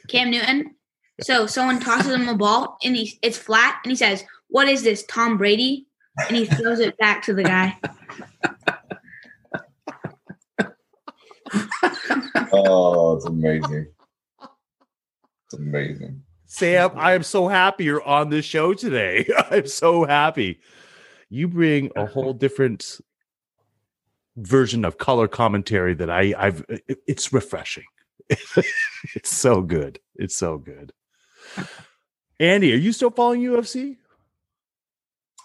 Speaker 5: Cam Newton. So someone tosses him a ball and he it's flat and he says, "What is this, Tom Brady?" And he throws it back to the guy.
Speaker 2: Oh, it's amazing. It's amazing.
Speaker 4: [LAUGHS]
Speaker 3: Sam, I am so happy you're on this show today. [LAUGHS] I'm so happy. You bring a whole different version of color commentary that I, I've. it- It's refreshing. [LAUGHS] it's so good. It's so good. Andy, are you still following UFC?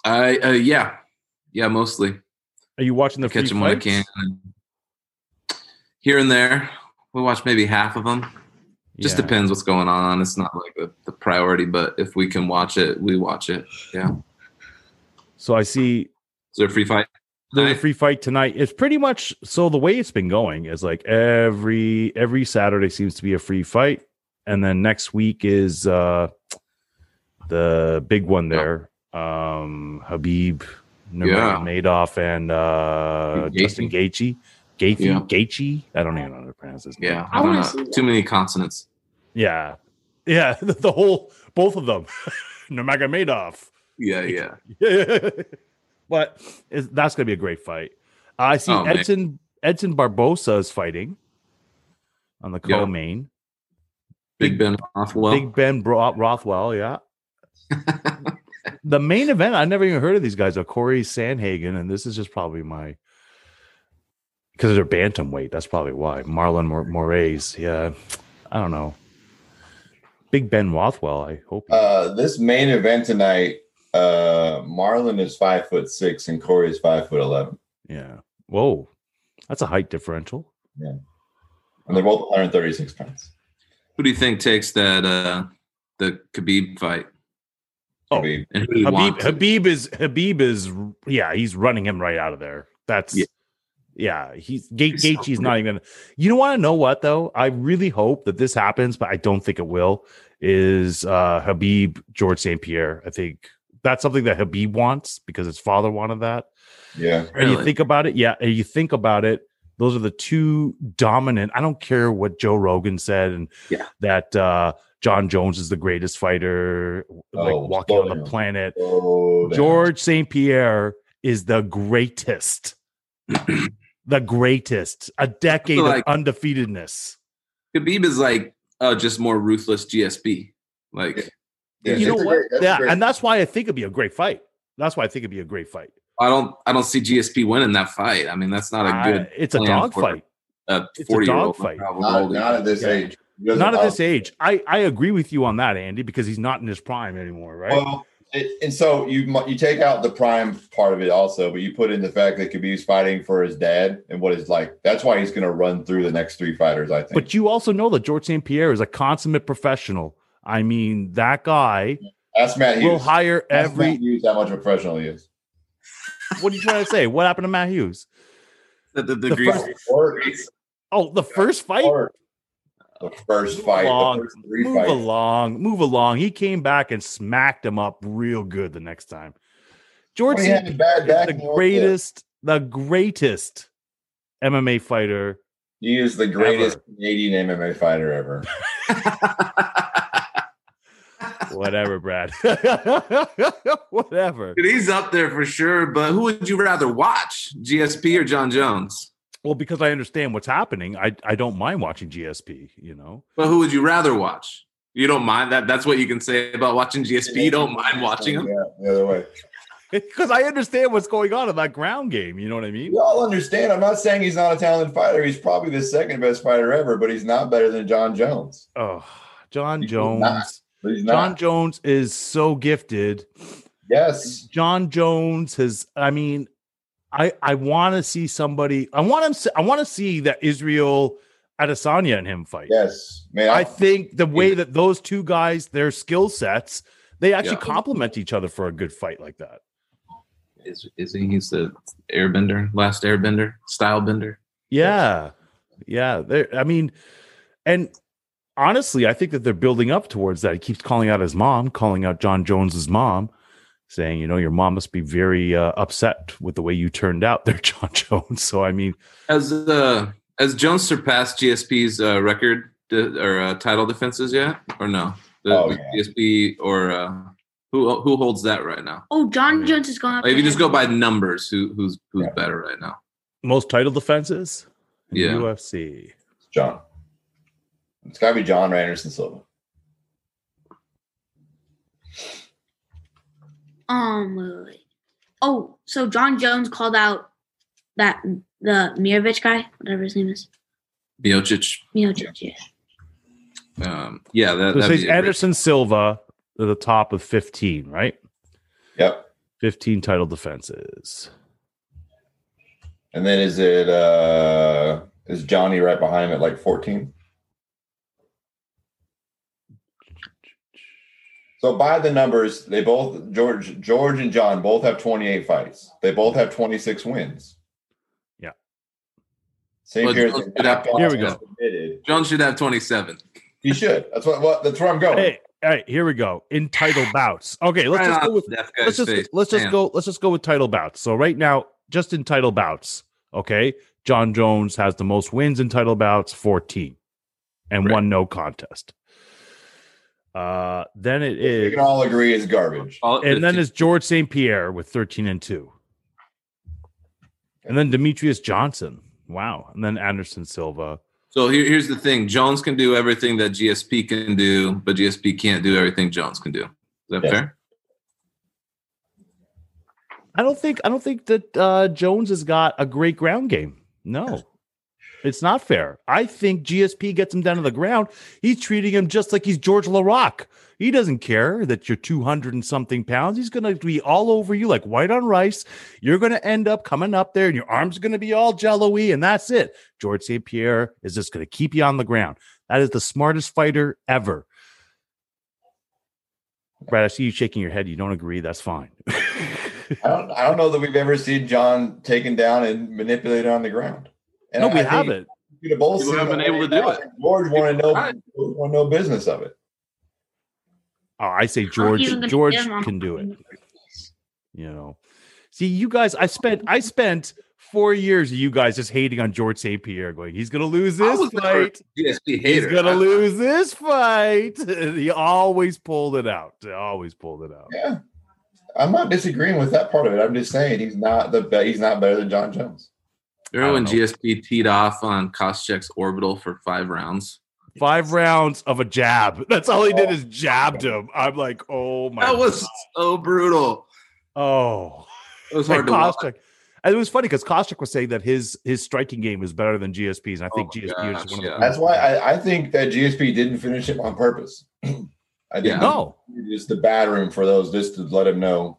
Speaker 4: I uh, yeah, yeah, mostly
Speaker 3: Are you watching the free
Speaker 4: catch them when I
Speaker 3: fights?
Speaker 4: can. Here and there, we watch maybe half of them. Just
Speaker 3: Yeah.
Speaker 4: depends what's going on. It's not like the, the priority, but if we can watch it, we watch it. Yeah.
Speaker 3: So I see
Speaker 4: Is there a free fight?
Speaker 3: there's a
Speaker 4: Tonight?
Speaker 3: free fight tonight. It's pretty much so the way it's been going is like every every Saturday seems to be a free fight, and then next week is uh the big one there. Um Habib Nurmagomedov Madoff and uh
Speaker 4: Gaethje.
Speaker 3: Justin Gaethje. Gaethje,
Speaker 4: Yeah.
Speaker 3: Gaethje. I don't even know how to pronounce his name.
Speaker 4: Yeah.
Speaker 5: I
Speaker 4: I don't
Speaker 5: wanna
Speaker 4: know.
Speaker 5: see that.
Speaker 4: Too many consonants.
Speaker 3: Yeah. [LAUGHS] Yeah. The, the whole both of them. [LAUGHS] Nurmagomedov.
Speaker 4: Yeah, yeah.
Speaker 3: but is, that's going to be a great fight. I see
Speaker 4: Oh, man.
Speaker 3: Edson Edson Barbosa is fighting on the
Speaker 4: Yeah.
Speaker 3: co-main.
Speaker 4: Big Ben Rothwell.
Speaker 3: Big Ben Bro- Rothwell,
Speaker 4: [LAUGHS]
Speaker 3: yeah. the main event, I never even heard of these guys. Are Corey Sanhagen, and this is just probably my because they're bantamweight. That's probably why Marlon Mor- Moraes. Yeah, I don't know. Big Ben Rothwell. I hope. he-
Speaker 2: Uh, this main event tonight, uh, Marlon is five foot six and Corey is five foot eleven,
Speaker 3: yeah. Whoa, that's a height differential.
Speaker 2: and they're both 136 pounds.
Speaker 4: Who do you think takes that uh the Khabib fight?
Speaker 3: Oh,
Speaker 2: Khabib.
Speaker 4: And who do you
Speaker 3: Habib,
Speaker 4: want?
Speaker 3: Habib is Habib is yeah, he's running him right out of there. That's yeah,
Speaker 4: Yeah.
Speaker 3: he's Ga-
Speaker 4: He's so
Speaker 3: Gaethje's not even. You don't want to know what though. I really hope that this happens, but I don't think it will. Is uh Habib George St Pierre? I think that's something that Habib wants because his father wanted that.
Speaker 2: Yeah,
Speaker 3: And you
Speaker 4: Really?
Speaker 3: think about it, yeah, and you think about it, those are the two dominant. I don't care what Joe Rogan said and
Speaker 4: Yeah.
Speaker 3: that uh John Jones is the greatest fighter like
Speaker 2: Oh,
Speaker 3: walking on
Speaker 2: slow
Speaker 3: the
Speaker 2: down.
Speaker 3: planet.
Speaker 2: Oh, damn.
Speaker 3: George St. Pierre is
Speaker 2: [CLEARS THROAT]
Speaker 3: the greatest. the greatest. A decade
Speaker 4: like-
Speaker 3: of undefeatedness.
Speaker 4: Khabib is like uh just more ruthless GSP. Like
Speaker 2: Yeah,
Speaker 3: you know
Speaker 2: that's a
Speaker 3: what?
Speaker 2: great- that's a
Speaker 3: yeah,
Speaker 2: great-
Speaker 3: and that's why I think it'd be a great fight. That's why I think it'd be a great fight.
Speaker 4: I don't I don't see GSP winning that fight. I mean, that's not a
Speaker 3: I-
Speaker 4: good
Speaker 3: it's a
Speaker 4: plan
Speaker 3: dog
Speaker 4: for-
Speaker 3: fight.
Speaker 4: uh,
Speaker 3: it's a
Speaker 4: 40 year old
Speaker 3: dog fight.
Speaker 2: not, not at this
Speaker 3: Yeah.
Speaker 2: age. uh, He doesn't
Speaker 3: Not at
Speaker 2: allow-
Speaker 3: this age. I, I agree with you on that, Andy, because he's not in his prime anymore, right?
Speaker 2: Well, it, and so you mu- you take out the prime part of it also, but you put in the fact that Khabib's fighting for his dad and what is like. That's why he's going to run through the next three fighters. I think.
Speaker 3: But you also know that George St. Pierre is a consummate professional. I mean, that guy
Speaker 2: Ask Matt Hughes.
Speaker 3: will hire
Speaker 2: Ask
Speaker 3: every.
Speaker 2: Matt Hughes how much of a professional he is.
Speaker 3: What are you trying to say? What happened to Matt Hughes?
Speaker 4: The, the, the,
Speaker 3: The
Speaker 4: grease-
Speaker 3: first-
Speaker 2: Work,
Speaker 3: Oh, the first fight?
Speaker 2: work. The first fight,
Speaker 3: along,
Speaker 2: the first three
Speaker 3: move
Speaker 2: fights.
Speaker 3: along, move along. He came back and smacked him up real good the next time. George
Speaker 2: Well, he
Speaker 3: St.
Speaker 2: had a bad
Speaker 3: Pierre
Speaker 2: back
Speaker 3: is
Speaker 2: and
Speaker 3: the
Speaker 2: all that.
Speaker 3: greatest, the greatest MMA fighter.
Speaker 2: He is the greatest Canadian MMA fighter
Speaker 4: [LAUGHS]
Speaker 2: ever.
Speaker 3: Whatever, Brad. [LAUGHS] Whatever.
Speaker 4: Dude, He's up there for sure, but who would you rather watch, GSP or John Jones?
Speaker 3: Well, because I understand what's happening, I I don't mind watching GSP. You know, [LAUGHS]
Speaker 4: But who would you rather watch? You don't mind that? That's what you can say about watching GSP. You don't mind watching them.
Speaker 2: Yeah, the other way.
Speaker 3: Because I understand what's going on in that ground game. You know what I mean?
Speaker 2: We all understand. I'm not saying he's not a talented fighter. He's probably the second best fighter ever, but he's not better than John Jones.
Speaker 3: Oh, John
Speaker 2: He's
Speaker 3: Jones.
Speaker 2: But he's
Speaker 3: John
Speaker 2: not.
Speaker 3: Jones is so gifted.
Speaker 2: yes.
Speaker 3: John Jones has. I mean, I I want to see somebody. I want him. s- I want to see that Israel Adesanya and him fight.
Speaker 2: Yes. Man,
Speaker 3: I
Speaker 2: I,
Speaker 3: think the way that those two guys, their skill sets, they actually
Speaker 4: Yeah.
Speaker 3: complement each other for a good fight like that.
Speaker 4: Is, is he? He's the Airbender, last Airbender, style bender.
Speaker 3: Yeah. Yeah. They're, I mean, and honestly, I think that they're building up towards that. He keeps calling out his mom, calling out John Jones's mom, saying, you know, your mom must be very uh, upset with the way you turned out there, [LAUGHS] John Jones. So, I mean,
Speaker 4: Has uh, has Jones surpassed GSP's uh, record de- or uh, title defenses yet, or no? The,
Speaker 2: Oh, yeah.
Speaker 4: GSP or uh, who who holds that right now?
Speaker 5: Oh,
Speaker 2: Hmm.
Speaker 5: John Jones is going up.
Speaker 4: Like, if you just
Speaker 5: there.
Speaker 4: go by numbers, who who's who's
Speaker 2: Yeah.
Speaker 4: better right now?
Speaker 3: most title defenses in the
Speaker 4: Yeah.
Speaker 3: UFC.
Speaker 2: John. It's got to be John or Anderson Silva.
Speaker 5: Um. wait, wait, wait. Oh, so John Jones called out that the Mirovich guy, whatever his name is,
Speaker 4: Miocic.
Speaker 5: Mirovich. Yeah. Oh,
Speaker 4: Um, yeah, that,
Speaker 3: So it
Speaker 4: that'd
Speaker 3: says
Speaker 4: be a great-
Speaker 3: Anderson Silva at the top of 15, right?
Speaker 2: Yep.
Speaker 3: 15 title defenses.
Speaker 2: And then is it uh is Johnny right behind him at like 14? So by the numbers, they both George George and John both have 28 fights. They both have 26 wins.
Speaker 3: Yeah.
Speaker 2: Same
Speaker 4: Well,
Speaker 2: here.
Speaker 4: Jones
Speaker 2: as
Speaker 4: should have-
Speaker 2: knocked
Speaker 3: Here
Speaker 2: off
Speaker 3: we go.
Speaker 2: and submitted.
Speaker 4: Jones should have 27.
Speaker 2: He should. That's what, what that's where I'm
Speaker 4: Oh.
Speaker 2: going.
Speaker 3: Hey, all right, here we go. In
Speaker 4: [SIGHS]
Speaker 3: title bouts. Okay, let's
Speaker 4: Right
Speaker 3: just
Speaker 4: on
Speaker 3: go with
Speaker 4: that guy's
Speaker 3: let's just
Speaker 4: face.
Speaker 3: let's just
Speaker 4: Damn.
Speaker 3: go let's just go with title bouts. So right now, just in title bouts, okay, John Jones has the most wins in title bouts, fourteen, and
Speaker 4: Right.
Speaker 3: one no contest. Uh, then it
Speaker 2: We
Speaker 3: is,
Speaker 2: can all agree is garbage.
Speaker 4: Call it
Speaker 3: and then
Speaker 4: 15.
Speaker 3: it's George St. Pierre with thirteen and two, and then Demetrius Johnson. Wow, and then Anderson Silva.
Speaker 4: so here, here's the thing: Jones can do everything that GSP can do, but GSP can't do everything Jones can do. Is that
Speaker 2: Yes.
Speaker 4: fair?
Speaker 3: I don't think I don't think that uh, Jones has got a great ground game. No, it's not fair. I think GSP gets him down to the ground. He's treating him just like he's George LaRock. He doesn't care that you're 200 and something pounds. He's going to be all over you like white on rice. You're going to end up coming up there and your arms are going to be all jello-y and that's it. George St. Pierre is just going to keep you on the ground. That is the smartest fighter ever. Brad, I see you shaking your head. You don't agree. That's fine. [LAUGHS]
Speaker 2: I don't I don't know that we've ever seen John taken down and manipulated on the ground. And
Speaker 3: no,
Speaker 2: I-
Speaker 3: we
Speaker 2: I think-
Speaker 3: haven't.
Speaker 2: Get a bowl
Speaker 4: People
Speaker 2: seat on
Speaker 4: haven't been able to
Speaker 2: way
Speaker 4: do
Speaker 2: out, and George wanted no,
Speaker 4: tried.
Speaker 2: wanted no business of it.
Speaker 3: Oh, I say
Speaker 5: How are
Speaker 3: George.
Speaker 5: you gonna
Speaker 3: George
Speaker 5: get him on
Speaker 3: can do it.
Speaker 5: fucking purpose?
Speaker 3: You know. See, you guys. I spent. I spent four years. of You guys just hating on George St. Pierre, going, he's gonna lose
Speaker 4: I
Speaker 3: this
Speaker 4: was never a
Speaker 3: fight.
Speaker 4: GSP
Speaker 3: He's
Speaker 4: hater.
Speaker 3: gonna
Speaker 4: I-
Speaker 3: lose this fight. [LAUGHS] he always pulled it out. Always pulled it out.
Speaker 2: Yeah, I'm not disagreeing with that part of it. I'm just saying he's not the be- he's not better than John Jones.
Speaker 4: Remember when
Speaker 3: I don't know.
Speaker 4: GSP teed off on Koscheck's orbital for five rounds?
Speaker 3: Five rounds of a jab. [LAUGHS] That's all he did is jabbed him. I'm like, oh my.
Speaker 4: Oh. That was so brutal.
Speaker 3: [LAUGHS] Oh.
Speaker 4: It was hard
Speaker 3: And
Speaker 4: to watch.
Speaker 3: Kostick. And it was funny because Kostick was saying that his his striking game is better than GSP's, and I
Speaker 4: Oh
Speaker 3: think
Speaker 4: my
Speaker 3: GSP is
Speaker 4: gosh,
Speaker 3: one of
Speaker 4: yeah.
Speaker 3: the.
Speaker 2: That's why I, I think that GSP didn't finish him on purpose. [CLEARS THROAT] I
Speaker 4: Yeah.
Speaker 2: think
Speaker 3: no,
Speaker 2: just the battering for those just to let him know.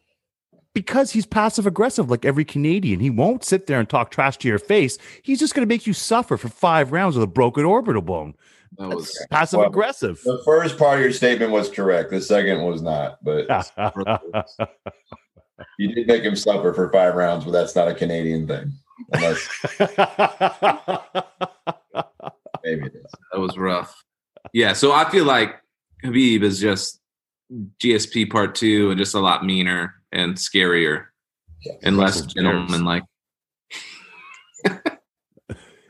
Speaker 3: because he's passive aggressive like every Canadian. He won't sit there and talk trash to your face. He's just going to make you suffer for five rounds with a broken orbital bone.
Speaker 4: That was
Speaker 3: Passive
Speaker 2: Well,
Speaker 3: aggressive. [LAUGHS]
Speaker 2: The first part of your statement was correct. The second was not, but [LAUGHS] you did make him suffer for five rounds. But that's not a Canadian thing, unless
Speaker 4: [LAUGHS]
Speaker 2: maybe it is.
Speaker 4: that was rough. Yeah, so I feel like Habib is just GSP part two and just a lot meaner and scarier
Speaker 2: Yeah.
Speaker 4: and
Speaker 3: Russell
Speaker 4: less
Speaker 3: Bears.
Speaker 4: gentleman-like.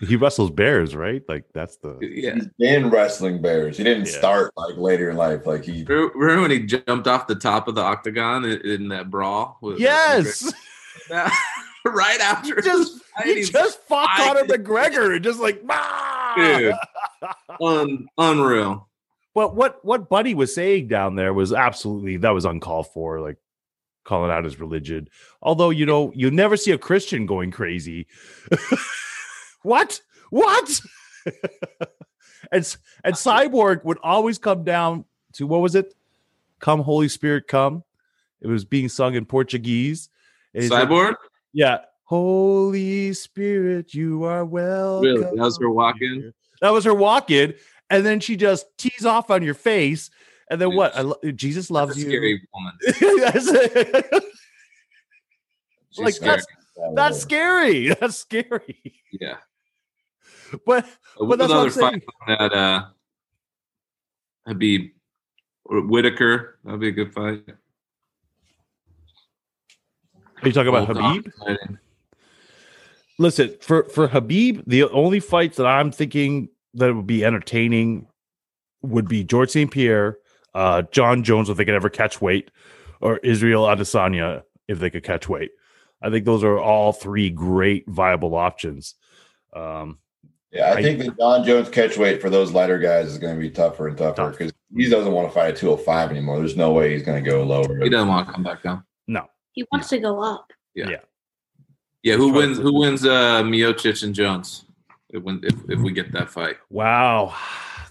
Speaker 3: he wrestles bears, right? Like that's the
Speaker 4: Yeah.
Speaker 2: He's been wrestling bears. He didn't
Speaker 3: Yeah.
Speaker 2: start like later in life. Like he
Speaker 4: Remember when he jumped off the top of the octagon in, in that brawl? With-
Speaker 3: yes.
Speaker 4: [LAUGHS] right after
Speaker 3: Just he just fought
Speaker 4: I-
Speaker 3: Conor McGregor and just like "Ah!"
Speaker 4: Dude. Un- unreal.
Speaker 3: But what what Buddy was saying down there was absolutely that was uncalled for, like calling out his religion. Although you know you never see a Christian going crazy. [LAUGHS] what what? [LAUGHS] and and Cyborg would always come down to what was it? Come Holy Spirit, come. It was being sung in Portuguese. And he said-
Speaker 4: Cyborg?
Speaker 3: yeah. Holy Spirit, you are welcome.
Speaker 4: Really? That was her walk-in?
Speaker 3: here. That was her walk in. And then she just tees off on your face. And then
Speaker 4: Dude,
Speaker 3: what? I lo- Jesus
Speaker 4: That's
Speaker 3: loves
Speaker 4: a
Speaker 3: you.
Speaker 4: scary woman.
Speaker 3: [LAUGHS] that's,
Speaker 2: She's
Speaker 3: Like,
Speaker 2: scary.
Speaker 3: that's- that's scary. [LAUGHS] That's scary.
Speaker 4: Yeah.
Speaker 3: But that's
Speaker 4: But
Speaker 3: what I'm
Speaker 4: another
Speaker 3: saying.
Speaker 4: fight that uh Habib or Whitaker, that'd be a good fight.
Speaker 3: are you talking about
Speaker 4: Both
Speaker 3: Habib?
Speaker 4: dominating.
Speaker 3: Listen, for for Habib, the only fights that I'm thinking that would be entertaining would be George St. Pierre, uh, John Jones, if they could ever catch weight, or Israel Adesanya, if they could catch weight. I think those are all three great viable options. Um,
Speaker 2: Yeah,
Speaker 3: I-
Speaker 2: I think the Don Jones catch weight for those lighter guys is going to be tougher and tougher
Speaker 3: Tough.
Speaker 2: because he doesn't want to fight at 205 anymore. There's no way he's going to go lower.
Speaker 4: He doesn't want to come back down.
Speaker 3: no,
Speaker 5: He wants to go up.
Speaker 4: Yeah, who
Speaker 3: That's right.
Speaker 4: wins who wins uh Miocic and Jones? If, when- if, if we get that fight.
Speaker 3: wow, [SIGHS]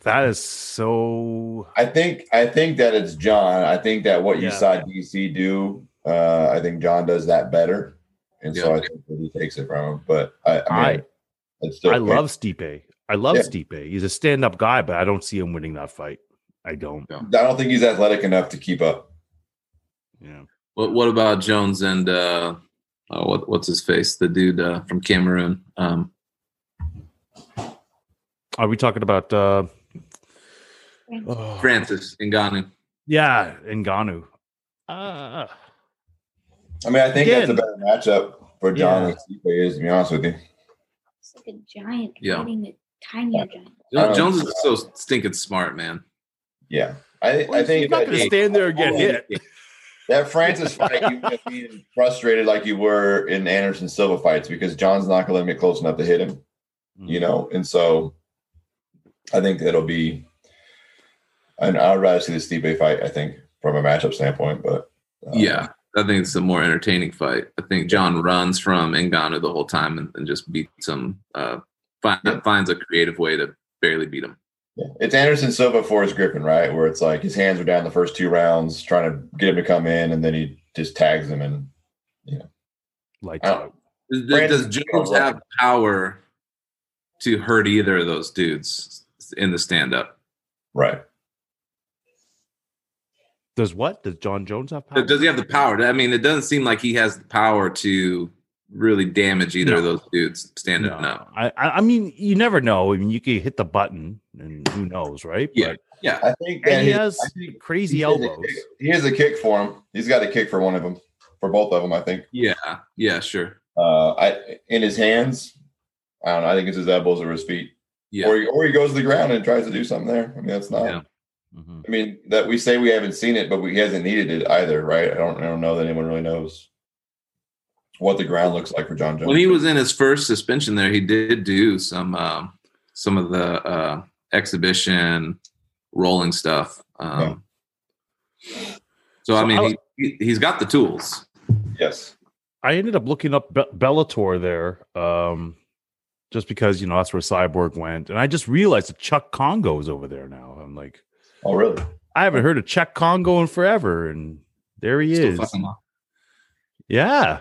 Speaker 3: that is so.
Speaker 2: I think I think that it's John. I think that what you
Speaker 3: Yeah.
Speaker 2: saw DC do, uh, I think John does that better, and so
Speaker 4: Yeah.
Speaker 2: I think that he takes it from him. But I, I, mean, it's still
Speaker 3: I love Stipe. I love
Speaker 2: Yeah.
Speaker 3: Stipe. He's a stand up guy, but I don't see him winning that fight. I don't.
Speaker 2: I don't think he's athletic enough to keep up.
Speaker 3: Yeah.
Speaker 4: What what about Jones and uh oh, what what's his face? The dude uh, from Cameroon. Um
Speaker 3: Are we talking about? Uh,
Speaker 5: Francis.
Speaker 3: oh.
Speaker 4: Francis Ngannou.
Speaker 3: Yeah, Ngannou. Uh,
Speaker 2: I mean, I think that's a
Speaker 3: Again.
Speaker 2: better matchup for John
Speaker 3: Yeah.
Speaker 2: than Stipe is. To be honest with you,
Speaker 5: It's like a giant
Speaker 4: Yeah.
Speaker 5: fighting a tinier giant.
Speaker 2: Um,
Speaker 4: Jones is so stinking smart, man.
Speaker 2: yeah, I, I
Speaker 3: you're
Speaker 2: think
Speaker 3: not
Speaker 2: that,
Speaker 3: going to stand there and get hit.
Speaker 2: that Francis fight, you would have been frustrated like you were in Anderson Silva fights because John's not going to let him get close enough to hit him.
Speaker 3: Mm,
Speaker 2: you know and so i think that'll be and i'd rather see the Stipe fight i think from a matchup standpoint but uh,
Speaker 4: Yeah, I think it's a more entertaining fight. I think John runs from Ngannou the whole time and, and just beats him. Uh, find,
Speaker 2: Yeah.
Speaker 4: Finds a creative way to barely beat him.
Speaker 2: yeah. it's anderson silva forrest griffin right where it's like his hands were down the first two rounds trying to get him to come in and then he just tags him and
Speaker 3: Lights
Speaker 2: Uh,
Speaker 3: out.
Speaker 4: Does-
Speaker 2: Brandon-
Speaker 4: Does Jones have power to hurt either of those dudes in the stand up?
Speaker 2: right
Speaker 3: Does what? Does John Jones have
Speaker 2: Uh,
Speaker 3: power?
Speaker 4: Does he have the power? I mean, it doesn't seem like he has the power to really damage either of
Speaker 3: No.
Speaker 4: those dudes standing up.
Speaker 3: I, I I mean, you never know. I mean, you could hit the button, and who knows, right?
Speaker 4: Yeah. Yeah.
Speaker 2: i think
Speaker 3: But,
Speaker 2: that
Speaker 3: and he
Speaker 2: his-
Speaker 3: has
Speaker 2: I think
Speaker 4: [LAUGHS]
Speaker 3: crazy
Speaker 2: he has a
Speaker 3: elbows.
Speaker 2: kick- he has a kick for him he's got a kick for one of them for both of them i think
Speaker 4: Yeah. Yeah. Sure.
Speaker 2: uh i in his hands i don't know i think it's his elbows or his feet
Speaker 4: Yeah.
Speaker 2: or, he, or he goes to the ground and tries to do something there i mean that's not
Speaker 4: Yeah.
Speaker 3: Mhm.
Speaker 2: I mean, that we say we haven't seen it, but we, he hasn't needed it either, right? I don't, I don't know that anyone really knows what the ground looks like for John Jones.
Speaker 4: when he was in his first suspension there he did do some um, some of the uh, exhibition rolling stuff um, so i
Speaker 3: So
Speaker 4: mean
Speaker 3: I-
Speaker 4: he, he, he's got the tools
Speaker 2: yes,
Speaker 3: I ended up looking up Be- Bellator there, um, just because you know that's where Cyborg went, and I just realized that Chuck Congo is over there now. I'm like,
Speaker 2: oh really?
Speaker 3: I haven't heard of Chuck Congo in forever, and there he
Speaker 4: Still
Speaker 3: is.
Speaker 4: fucking lock.
Speaker 3: Yeah.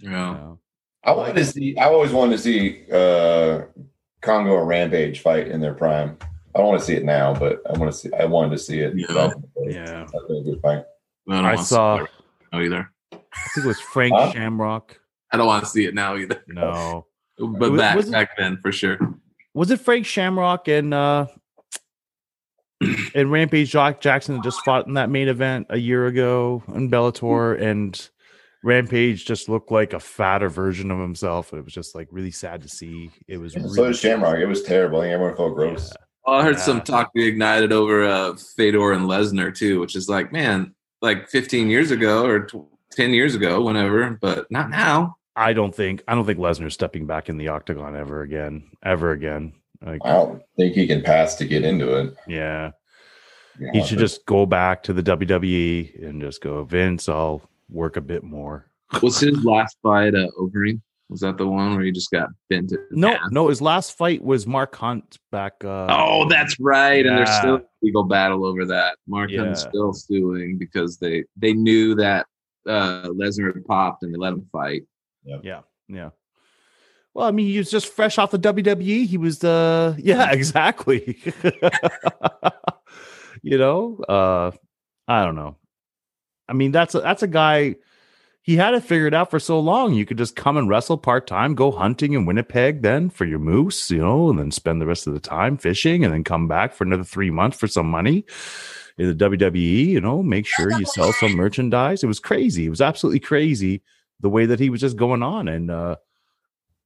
Speaker 4: you know
Speaker 3: Yeah.
Speaker 2: I wanted to see. I always wanted to see uh, Congo and Rampage fight in their prime. I don't want to see it now, but I want to see. I wanted to see it.
Speaker 4: Yeah.
Speaker 3: Yeah.
Speaker 2: That's a good fight.
Speaker 4: I, don't
Speaker 3: I
Speaker 4: wanna see
Speaker 3: saw.
Speaker 4: it right now either
Speaker 3: I think it was Frank
Speaker 2: Huh? Oh.
Speaker 3: Shamrock.
Speaker 4: i don't want to see it now either
Speaker 3: No,
Speaker 4: but
Speaker 3: Was-
Speaker 4: back
Speaker 3: was it-
Speaker 4: back then for sure
Speaker 3: was it Frank Shamrock and uh and Rampage Jack Jackson that just fought in that main event a year ago in
Speaker 2: Hmm.
Speaker 3: Bellator and Rampage just looked like a fatter version of himself. It was just like really sad to see. It was
Speaker 2: And
Speaker 3: really
Speaker 2: So is Shamrock. It was terrible. I think everyone felt gross.
Speaker 4: Oh, I heard
Speaker 3: Yeah.
Speaker 4: some talk reignited over uh, Fedor and Lesnar too, which is like, man, like 15 years ago or tw 10 years ago, whenever, but not now.
Speaker 3: I don't think I don't think Lesnar's stepping back in the octagon ever again. Ever again. Like,
Speaker 2: I don't think he can pass to get into it.
Speaker 3: yeah,
Speaker 2: You
Speaker 3: he
Speaker 2: know,
Speaker 3: should
Speaker 2: but-
Speaker 3: just go back to the WWE and just go, Vince, I'll work a bit more.
Speaker 4: What's his last fight? Uh, Overeem was that the one where he just got bent? in
Speaker 3: No,
Speaker 4: half?
Speaker 3: no, his last fight was Mark Hunt back. Uh,
Speaker 4: Oh, that's right. And there's still
Speaker 3: Yeah.
Speaker 4: a legal battle over that. Mark Hunt's
Speaker 3: Yeah.
Speaker 4: still suing because they they knew that uh, Lesnar had popped and they let him fight.
Speaker 3: yeah. Well, I mean, he was just fresh off the WWE. E. He was the [LAUGHS] yeah, exactly. [LAUGHS] you know, uh, I don't know. I mean, that's a, that's a guy. He had it figured out for so long. You could just come and wrestle part time, go hunting in Winnipeg, then for your moose, you know, and then spend the rest of the time fishing, and then come back for another three months for some money in the WWE. You know, make sure you sell some merchandise. It was crazy. It was absolutely crazy the way that he was just going on, and uh,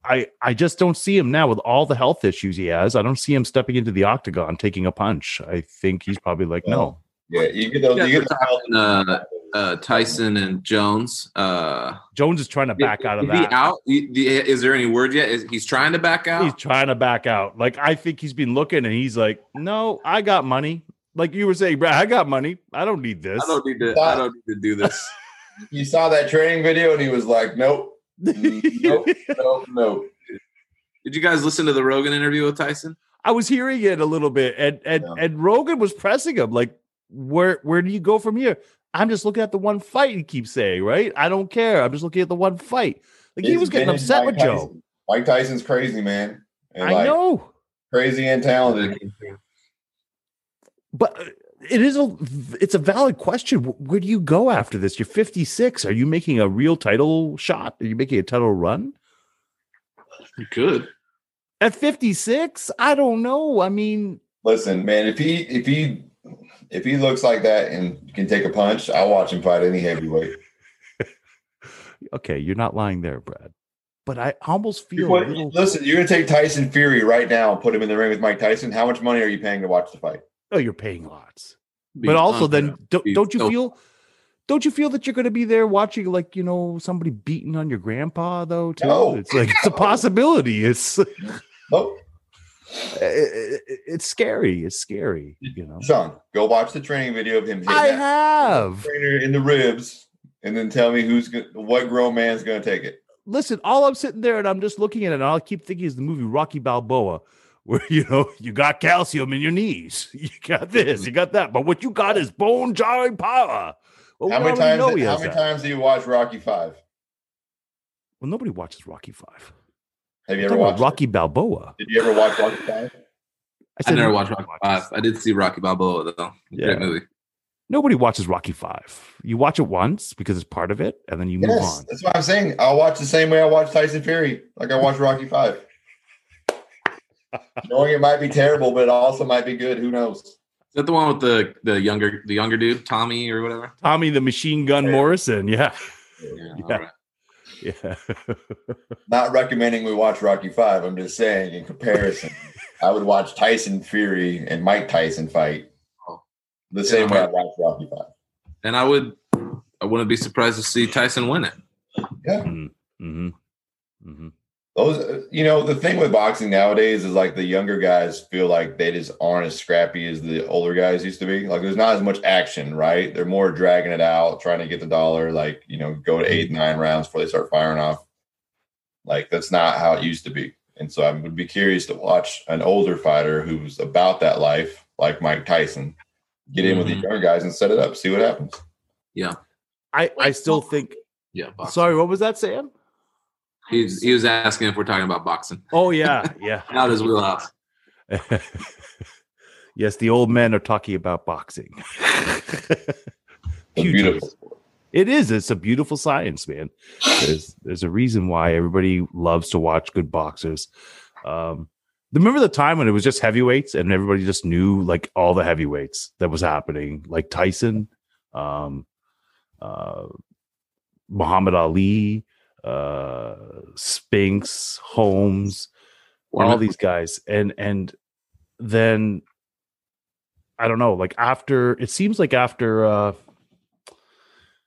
Speaker 3: I I just don't see him now with all the health issues he has. I don't see him stepping into the octagon taking a punch. I think he's probably like, no,
Speaker 2: yeah, you get those.
Speaker 4: Yeah,
Speaker 2: you get
Speaker 4: we're talking, uh, Uh, Tyson and Jones. Uh,
Speaker 3: Jones is trying to back out of
Speaker 4: is he
Speaker 3: that.
Speaker 4: out? Y- y- Is there any word yet? Is he's trying to back out?
Speaker 3: He's trying to back out. Like I think he's been looking and he's like, "No, I got money." Like you were saying, Brad, I got money. I don't need this.
Speaker 4: I don't need to. I don't need to do
Speaker 3: [LAUGHS]
Speaker 4: this.
Speaker 2: you saw that training video, and he was like, "Nope,
Speaker 3: [LAUGHS]
Speaker 2: nope, nope, nope."
Speaker 4: Did you guys listen to the Rogan interview with Tyson?
Speaker 3: I was hearing it a little bit and and
Speaker 2: Yeah.
Speaker 3: and Rogan was pressing him like, "Where where do you go from here?" I'm just looking at the one fight he keeps saying, right? I don't care. I'm just looking at the one fight. Like he
Speaker 2: It's
Speaker 3: was getting
Speaker 2: vintage
Speaker 3: upset
Speaker 2: Mike
Speaker 3: with Joe.
Speaker 2: Tyson. Mike Tyson's crazy, man. And
Speaker 3: I
Speaker 2: like,
Speaker 3: know.
Speaker 2: Crazy and talented.
Speaker 3: but uh, it is a it's a valid question Wh- where do you go after this you're 56 are you making a real title shot are you making a title run
Speaker 4: You could.
Speaker 3: at 56 i don't know i mean
Speaker 2: Listen, man, if he if he if he looks like that and can take a punch, I'll watch him fight any heavyweight.
Speaker 3: okay you're not lying there brad but i almost
Speaker 2: You
Speaker 3: feel a
Speaker 2: put-
Speaker 3: little,
Speaker 2: listen, you're gonna take Tyson Fury right now and put him in the ring with Mike Tyson. How much money are you paying to watch the fight?
Speaker 3: oh you're paying lots
Speaker 4: Be
Speaker 3: but also then
Speaker 4: confident.
Speaker 3: don't,
Speaker 4: Be
Speaker 3: don't you
Speaker 4: so-
Speaker 3: feel don't you feel that you're going to be there watching like you know somebody beating on your grandpa though
Speaker 2: [LAUGHS]
Speaker 3: too
Speaker 2: No.
Speaker 3: it's like it's a possibility it's
Speaker 2: Nope.
Speaker 3: it- it- it's scary it's scary you know
Speaker 2: Sean, go watch the training video of him hitting
Speaker 3: i
Speaker 2: that
Speaker 3: have
Speaker 2: trainer in the ribs, and then tell me who's go- what grown man's gonna take it.
Speaker 3: listen, all I'm sitting there and I'm just looking at it, and all I keep thinking is the movie Rocky Balboa, [LAUGHS] where you know you got calcium in your knees, [LAUGHS] you got this, you got that, but what you got is bone jarring power. Oh, Well,
Speaker 2: how
Speaker 3: we
Speaker 2: many
Speaker 3: already
Speaker 2: times?
Speaker 3: know he
Speaker 2: How
Speaker 3: has
Speaker 2: many
Speaker 3: that.
Speaker 2: times do you watch Rocky Five?
Speaker 3: Well, nobody watches Rocky Five.
Speaker 2: Have you
Speaker 3: I'm
Speaker 2: ever
Speaker 3: talking about
Speaker 2: watched?
Speaker 3: Rocky Balboa.
Speaker 2: Did you ever watch Rocky Five?
Speaker 4: I never watched
Speaker 3: nobody
Speaker 4: Rocky Five. I did see Rocky Balboa though.
Speaker 3: Yeah.
Speaker 4: Great movie.
Speaker 3: Nobody watches Rocky Five. You watch it once because it's part of it, and then you move
Speaker 2: Yes,
Speaker 3: on.
Speaker 2: that's what I'm saying. I'll watch the same way I watch Tyson Fury, like I watch Rocky
Speaker 3: [LAUGHS]
Speaker 2: Five. Knowing it might be terrible, but it also might be good. Who knows?
Speaker 4: Is that the one with the the younger the younger dude, Tommy or whatever?
Speaker 3: Tommy the Machine Gun
Speaker 2: Yeah.
Speaker 3: Morrison. Yeah, [LAUGHS]
Speaker 4: Yeah.
Speaker 3: Yeah.
Speaker 4: all right.
Speaker 3: yeah.
Speaker 2: Not recommending we watch Rocky Five. I'm just saying, in comparison, I would watch Tyson Fury and Mike Tyson fight
Speaker 3: Oh.
Speaker 2: the same way I watch Rocky Five.
Speaker 4: And I would I wouldn't be surprised to see Tyson win it.
Speaker 3: hmm hmm
Speaker 2: Those, uh, you know, the thing with boxing nowadays is like the younger guys feel like they just aren't as scrappy as the older guys used to be. Like there's not as much action, right? They're more dragging it out, trying to get the dollar, like, you know, go to eight, nine rounds before they start firing off. Like that's not how it used to be. And so I would be curious to watch an older fighter who's about that life, like Mike Tyson, get in with the
Speaker 4: Mhm.
Speaker 2: younger guys and set it up, see what happens.
Speaker 3: I I still think.
Speaker 4: Yeah. boxing.
Speaker 3: Sorry, what was that, Sam?
Speaker 4: He's, he was asking if we're talking about boxing.
Speaker 3: Oh yeah,
Speaker 4: [LAUGHS]
Speaker 3: yeah.
Speaker 4: Out his wheelhouse.
Speaker 3: [LAUGHS] yes, the old men are talking about boxing. [LAUGHS]
Speaker 2: It's
Speaker 3: Huge
Speaker 2: beautiful.
Speaker 3: reason. It is. It's a beautiful science, man. There's there's a reason why everybody loves to watch good boxers. Um, remember the time when it was just heavyweights and everybody just knew like all the heavyweights that was happening, like Tyson, um, uh, Muhammad Ali, uh, Spinks, Holmes, all
Speaker 4: Foreman.
Speaker 3: these guys and and then i don't know like after it seems like after uh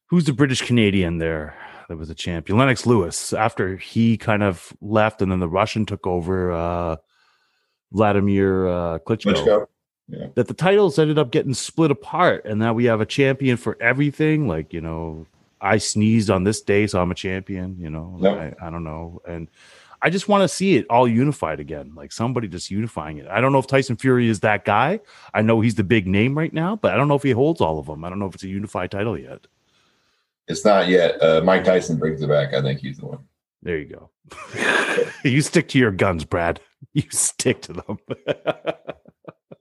Speaker 3: who's the british canadian there that was a champion lennox lewis after he kind of left and then the russian took over uh Vladimir uh, Klitschko,
Speaker 2: Klitschko. Yeah.
Speaker 3: that the titles ended up getting split apart, and now we have a champion for everything. Like you know, I sneezed on this day, so I'm a champion. You know,
Speaker 2: Yep.
Speaker 3: I, I don't know, and I just want to see it all unified again, like somebody just unifying it. I don't know if Tyson Fury is that guy. I know he's the big name right now, but I don't know if he holds all of them. I don't know if it's a unified title yet.
Speaker 2: It's not yet. Uh, Mike Tyson brings it back. I think he's the one.
Speaker 3: There you go. you stick to your guns, Brad. You stick to them.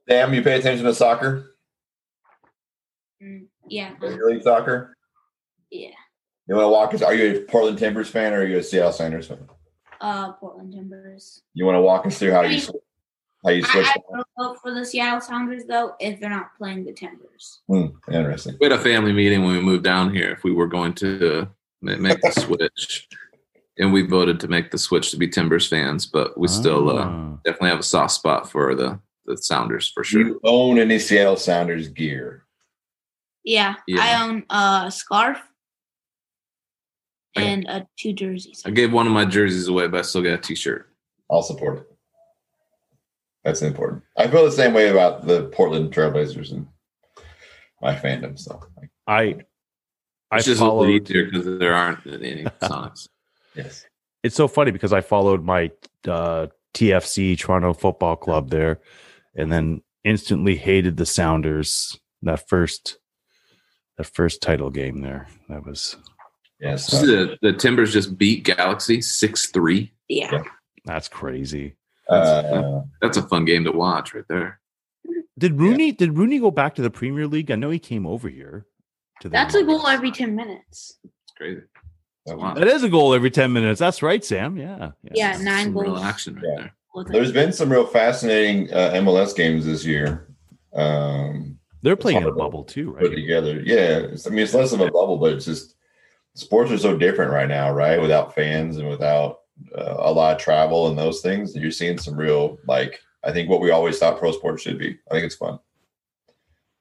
Speaker 2: Sam, you pay attention to soccer?
Speaker 5: Mm, Yeah.
Speaker 2: Major League Soccer?
Speaker 5: Yeah.
Speaker 2: You want to walk us? Are you a Portland Timbers fan or are you a Seattle Sounders fan?
Speaker 5: Uh, Portland Timbers.
Speaker 2: You want to walk us through how you sw- how you switch?
Speaker 5: I, I will vote for the Seattle Sounders though if they're not playing the Timbers.
Speaker 2: Hmm, interesting.
Speaker 4: We had a family meeting when we moved down here if we were going to ma- make the switch. And we voted to make the switch to be Timbers fans, but we still uh,
Speaker 3: Ah.
Speaker 4: definitely have a soft spot for the, the Sounders for
Speaker 2: Do
Speaker 4: sure.
Speaker 2: you own any Seattle Sounders gear?
Speaker 5: Yeah.
Speaker 4: Yeah.
Speaker 5: I own a scarf
Speaker 4: Okay.
Speaker 5: and uh, two jerseys.
Speaker 4: I gave one of my jerseys away, but I still got a t shirt.
Speaker 2: I'll support it. That's important. I feel the same way about the Portland Trailblazers and my fandom. So, like,
Speaker 3: I I
Speaker 4: It's just a little
Speaker 3: followed.
Speaker 4: easier because there aren't [LAUGHS] any Sonics.
Speaker 2: yes.
Speaker 3: It's so funny because I followed my uh, TFC Toronto Football Club there, and then instantly hated the Sounders that first that first title game there. That was
Speaker 2: Yes. Uh,
Speaker 4: Just The, the Timbers just beat Galaxy 6 3.
Speaker 5: Yeah.
Speaker 2: Yeah.
Speaker 3: that's crazy.
Speaker 2: Uh,
Speaker 4: That's a fun game to watch right there.
Speaker 3: Did Rooney did Rooney go back to the Premier League? I know he came over here. To the
Speaker 5: That's a goal
Speaker 3: MLS.
Speaker 5: every ten minutes.
Speaker 4: It's crazy.
Speaker 2: that
Speaker 4: Wow.
Speaker 2: was-
Speaker 3: That is a goal every ten minutes. That's right, Sam. Yeah.
Speaker 5: Yeah,
Speaker 4: That's
Speaker 5: nine
Speaker 4: some real
Speaker 5: goals.
Speaker 4: action right
Speaker 2: Yeah.
Speaker 4: there.
Speaker 2: there's been some real fascinating uh, MLS games this year. Um,
Speaker 3: They're playing in a
Speaker 2: Probably.
Speaker 3: bubble too,
Speaker 2: put
Speaker 3: right?
Speaker 2: together. Yeah, it's, I mean it's less of a bubble, but it's just sports are so different right now, right? Without fans and without uh, a lot of travel and those things, you're seeing some real like I think what we always thought pro sports should be. I think it's fun.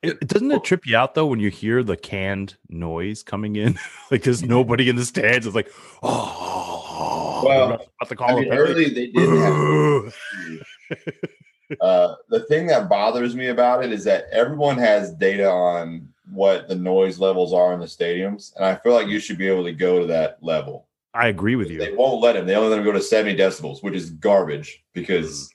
Speaker 3: It, doesn't it trip you out though when you hear the canned noise coming in? [LAUGHS] like there's nobody in the stands. It's like, oh,
Speaker 2: Well,
Speaker 3: about to
Speaker 2: I
Speaker 3: call
Speaker 2: mean,
Speaker 3: a penalty. [LAUGHS]
Speaker 2: early they did. Have, [LAUGHS] uh, the thing that bothers me about it is that everyone has data on what the noise levels are in the stadiums, and I feel like you should be able to go to that level.
Speaker 3: I agree with
Speaker 2: They
Speaker 3: you.
Speaker 2: won't let him. They only let him go to 70 decibels, which is garbage because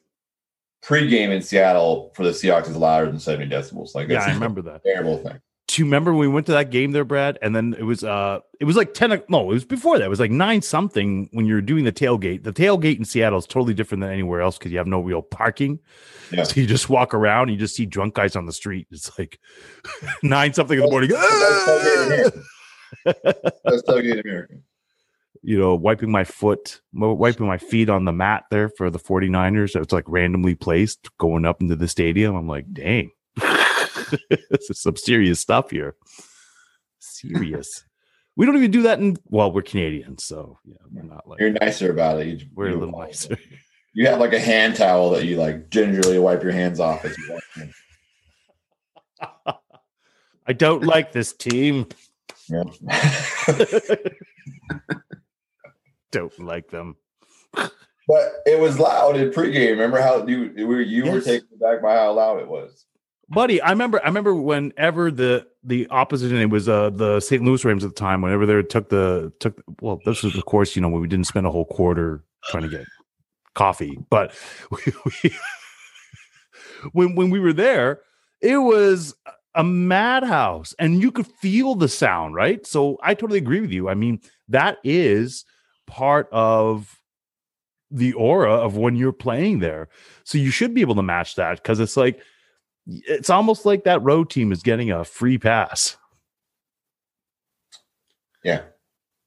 Speaker 3: Mm-hmm.
Speaker 2: pregame in Seattle for the Seahawks is louder than 70 decibels. Like
Speaker 3: Yeah,
Speaker 2: that's
Speaker 3: I remember that.
Speaker 2: a terrible thing.
Speaker 3: Do you remember when we went to that game there, Brad? And then it was uh it was like 10 o- no, it was before that. It was like nine something when you're doing the tailgate. The tailgate in Seattle is totally different than anywhere else because you have no real parking.
Speaker 2: Yeah.
Speaker 3: So you just walk around and you just see drunk guys on the street. It's like [LAUGHS] nine something in the morning. [LAUGHS] "Ah!" [LAUGHS]
Speaker 2: That's tailgate America.
Speaker 3: you know, wiping my foot, mo- wiping my feet on the mat there for the 49ers. It's like randomly placed going up into the stadium. I'm like, dang, [LAUGHS] this is some serious stuff here. Serious. we don't even do that in, well, we're Canadians. So, yeah, we're not like,
Speaker 2: You're nicer about it. You-
Speaker 3: we're a
Speaker 2: you-
Speaker 3: little nicer.
Speaker 2: You have like a hand towel that you like gingerly wipe your hands off as you walk in.
Speaker 3: I don't like this team.
Speaker 2: Yeah.
Speaker 3: don't like them.
Speaker 2: [LAUGHS] but it was loud in pregame. Remember how you you were you were
Speaker 3: Yes.
Speaker 2: taken back by how loud it was.
Speaker 3: buddy i remember i remember whenever the the opposition it was uh the st louis rams at the time whenever they took the took well this was of course you know when we didn't spend a whole quarter trying to get coffee but [LAUGHS] we, we when when we were there it was a madhouse and you could feel the sound right so i totally agree with you i mean that is part of the aura of when you're playing there so you should be able to match that because it's like it's almost like that road team is getting a free pass.
Speaker 2: Yeah.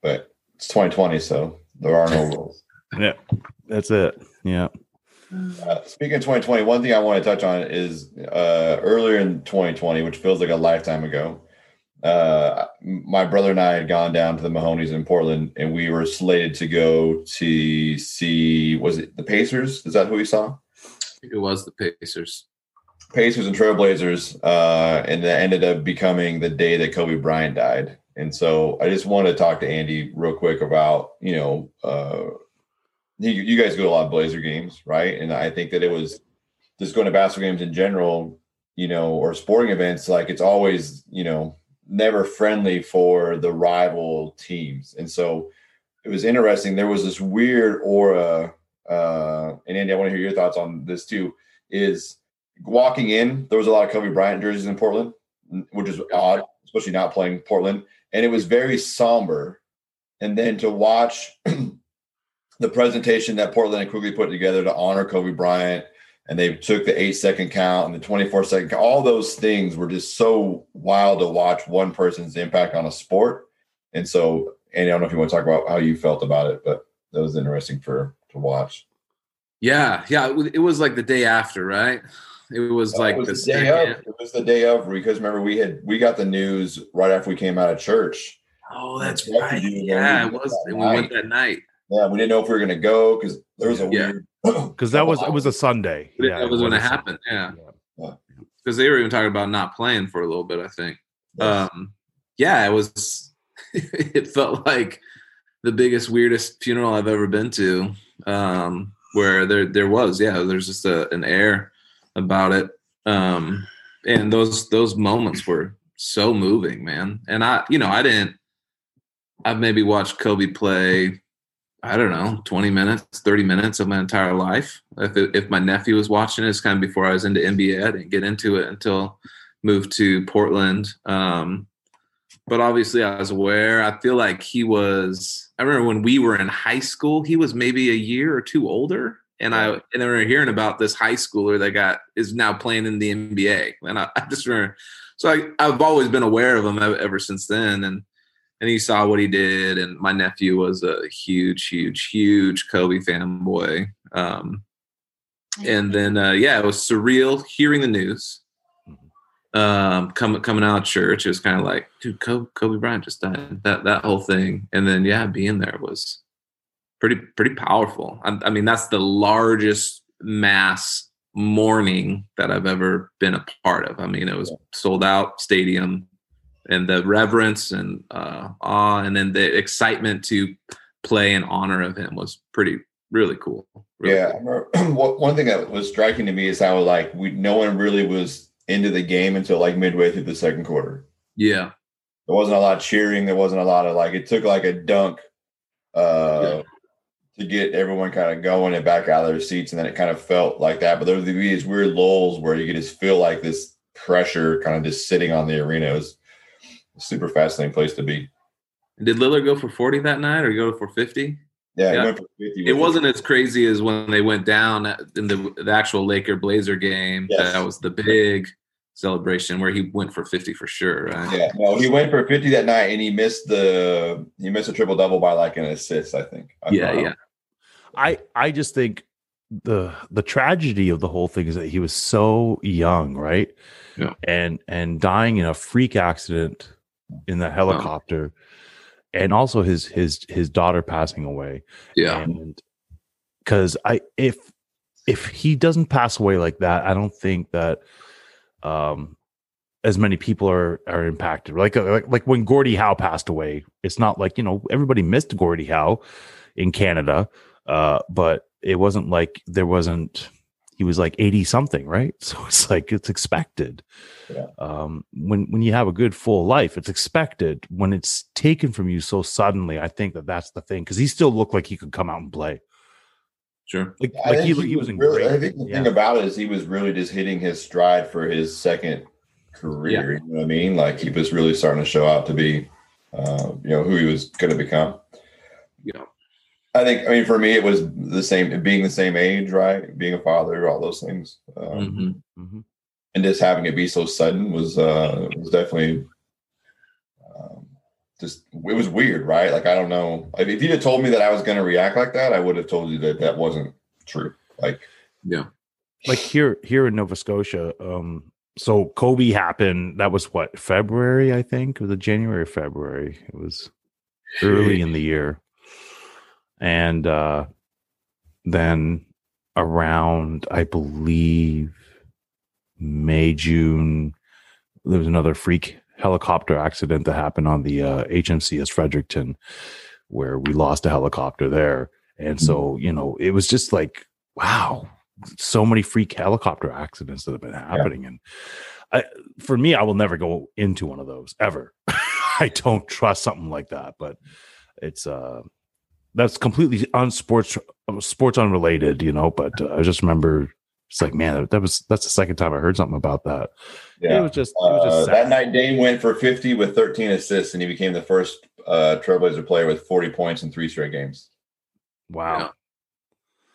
Speaker 2: But it's 2020, so there are
Speaker 3: [LAUGHS]
Speaker 2: no rules.
Speaker 3: That's it. Yeah.
Speaker 2: Uh, speaking of 2020, one thing I want to touch on is uh, earlier in 2020, which feels like a lifetime ago. Uh, my brother and I had gone down to the Mahoney's in Portland, and we were slated to go to see was it the Pacers? Is that who we saw?
Speaker 4: I think it was the Pacers.
Speaker 2: Pacers and Trailblazers, uh, and that ended up becoming the day that Kobe Bryant died. And so I just want to talk to Andy real quick about you know uh, you, you guys go to a lot of Blazer games, right? And I think that it was just going to basketball games in general, you know, or sporting events, like it's always, you know, never friendly for the rival teams. And so it was interesting. There was this weird aura. Uh, and Andy, I want to hear your thoughts on this too. Is walking in, there was a lot of Kobe Bryant jerseys in Portland, which is odd, especially not playing Portland. And it was very somber. And then to watch [CLEARS THROAT] the presentation that Portland and Quigley put together to honor Kobe Bryant, and they took the eight second count and the 24 second count, all those things were just so wild to watch one person's impact on a sport. And so, Andy, I don't know if you want to talk about how you felt about it, but that was interesting for to watch.
Speaker 4: Yeah, yeah, it was like the day after, right? Oh, It was like
Speaker 2: it was the, day second. of. It was the day of because remember we had we got the news right after we came out of church.
Speaker 4: Oh, that's right. Yeah, it was. we night. went that night.
Speaker 2: Yeah, we didn't know if we were gonna go because there was a yeah. weird. [CLEARS THROAT]
Speaker 3: Because that was it was a Sunday.
Speaker 4: Yeah, that was, when Oh, it happened. Yeah. Because yeah. they were even talking about not playing for a little bit. I think. Yes. Um, yeah, it was. [LAUGHS] it felt like the biggest, weirdest funeral I've ever been to. Um, where there there was yeah, there's just a, an air about it. Um, and those those moments were so moving, man. And I, you know, I didn't. I've maybe watched Kobe play. I don't know, twenty minutes, thirty minutes of my entire life. If it, if my nephew was watching it, it's kind of before I was into NBA. I didn't get into it until moved to Portland. Um, but obviously, I was aware. I feel like he was. I remember when we were in high school, he was maybe a year or two older and I and I remember hearing about this high schooler that got is now playing in the NBA, and I, I just remember. So I, have always been aware of him ever since then, and and he saw what he did, and my nephew was a huge, huge, huge Kobe fanboy, um, and then uh, yeah, it was surreal hearing the news. Um, coming coming out of church, it was kind of like, dude, Kobe, Kobe Bryant just died. That that whole thing, and then yeah, being there was pretty pretty powerful. I, I, mean, that's the largest mass mourning that I've ever been a part of. I mean, it was sold out stadium, and the reverence and uh, awe, and then the excitement to play in honor of him was pretty really cool. Really
Speaker 2: yeah, [CLEARS THROAT] cool. one thing that was striking to me is how like we no one really was into the game until like midway through the second quarter.
Speaker 4: Yeah.
Speaker 2: There wasn't a lot of cheering. There wasn't a lot of like, it took like a dunk uh, yeah to get everyone kind of going and back out of their seats. And then it kind of felt like that. But there would be these weird lulls where you could just feel like this pressure kind of just sitting on the arena. It was super fascinating place to be.
Speaker 4: Did Lillard go for 40 that night or go for 50?
Speaker 2: Yeah, yeah.
Speaker 4: For 50 it wasn't him. as crazy as when they went down in the, the actual Laker Blazer game. Yes. That was the big celebration where he went for 50 for sure, right?
Speaker 2: Yeah, no, he went for 50 that night and he missed the he missed a triple double by like an assist, I think. I
Speaker 4: yeah, yeah.
Speaker 3: I I just think the the tragedy of the whole thing is that he was so young, right?
Speaker 4: Yeah.
Speaker 3: And and dying in a freak accident in the helicopter, oh. and also his his his daughter passing away.
Speaker 4: Yeah.
Speaker 3: because I if if he doesn't pass away like that, I don't think that um as many people are are impacted. Like uh, like like when Gordie Howe passed away, it's not like you know everybody missed Gordie Howe in Canada. Uh, but it wasn't like there wasn't he was like 80 something right [LAUGHS] so it's like it's expected
Speaker 2: yeah.
Speaker 3: um, when when you have a good full life it's expected when it's taken from you so suddenly i think that that's the thing because he still looked like he could come out and play
Speaker 4: sure
Speaker 3: like, like he, he, was, was
Speaker 2: really,
Speaker 3: great,
Speaker 2: i think the yeah. thing about it is he was really just hitting his stride for his second career yeah. you know what i mean like he was really starting to show out to be uh, you know who he was going to become
Speaker 4: yeah
Speaker 2: I think, I mean, for me, it was the same, being the same age, right? Being a father, all those things. Um,
Speaker 4: mm-hmm. Mm-hmm.
Speaker 2: And just having it be so sudden was, uh, was definitely um, just, it was weird, right? Like, I don't know. If, if you'd have told me that I was going to react like that, I would have told you that that wasn't true. Like,
Speaker 4: yeah.
Speaker 3: Like here, here in Nova Scotia, um, so Kobe happened. That was what February, I think, or the January, February. It was early in the year and uh, then around i believe may june there was another freak helicopter accident that happened on the uh, hmcs fredericton where we lost a helicopter there and so you know it was just like wow so many freak helicopter accidents that have been happening. And I, for me, I will never go into one of those ever. [LAUGHS] I don't trust something like that. But it's uh, that's completely unsports sports unrelated, you know. But uh, I just remember it's like, man, that was that's the second time I heard something about that.
Speaker 2: Yeah.
Speaker 3: It was just, it was just
Speaker 2: Uh,
Speaker 3: sad.
Speaker 2: that night, Dame went for 50 with 13 assists, and he became the first uh, Trailblazer player with 40 points in three straight games.
Speaker 3: Wow.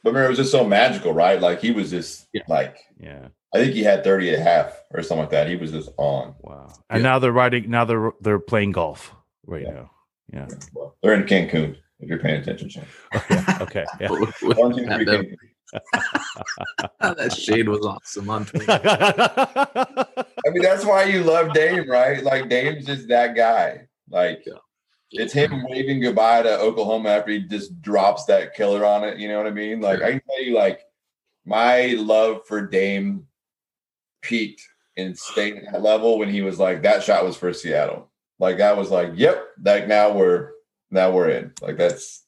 Speaker 2: But remember, it was just so magical, right? Like he was just
Speaker 4: Yeah.
Speaker 2: like
Speaker 3: yeah.
Speaker 2: I think he had 30 at half or something like that. He was just on.
Speaker 3: Wow. And now they're riding now they're they're playing golf right
Speaker 2: Yeah.
Speaker 3: now.
Speaker 2: [LAUGHS]
Speaker 3: Yeah.
Speaker 2: Well, they're in Cancun. If you're paying attention, Shane.
Speaker 3: Okay.
Speaker 4: [LAUGHS]
Speaker 3: Yeah.
Speaker 2: One, two, three,
Speaker 4: that,
Speaker 2: Cancun.
Speaker 4: that shade was awesome on Twitter.
Speaker 3: [LAUGHS] yeah.
Speaker 2: I mean, that's why you love Dame, right? Like Dame's just that guy. Like it's him waving goodbye to Oklahoma after he just drops that killer on it. You know what I mean? Like I can tell you, like my love for Dame peaked and stayed at that level when he was like that shot was for Seattle. Like I was like, yep. Like now we're now we're in. Like that's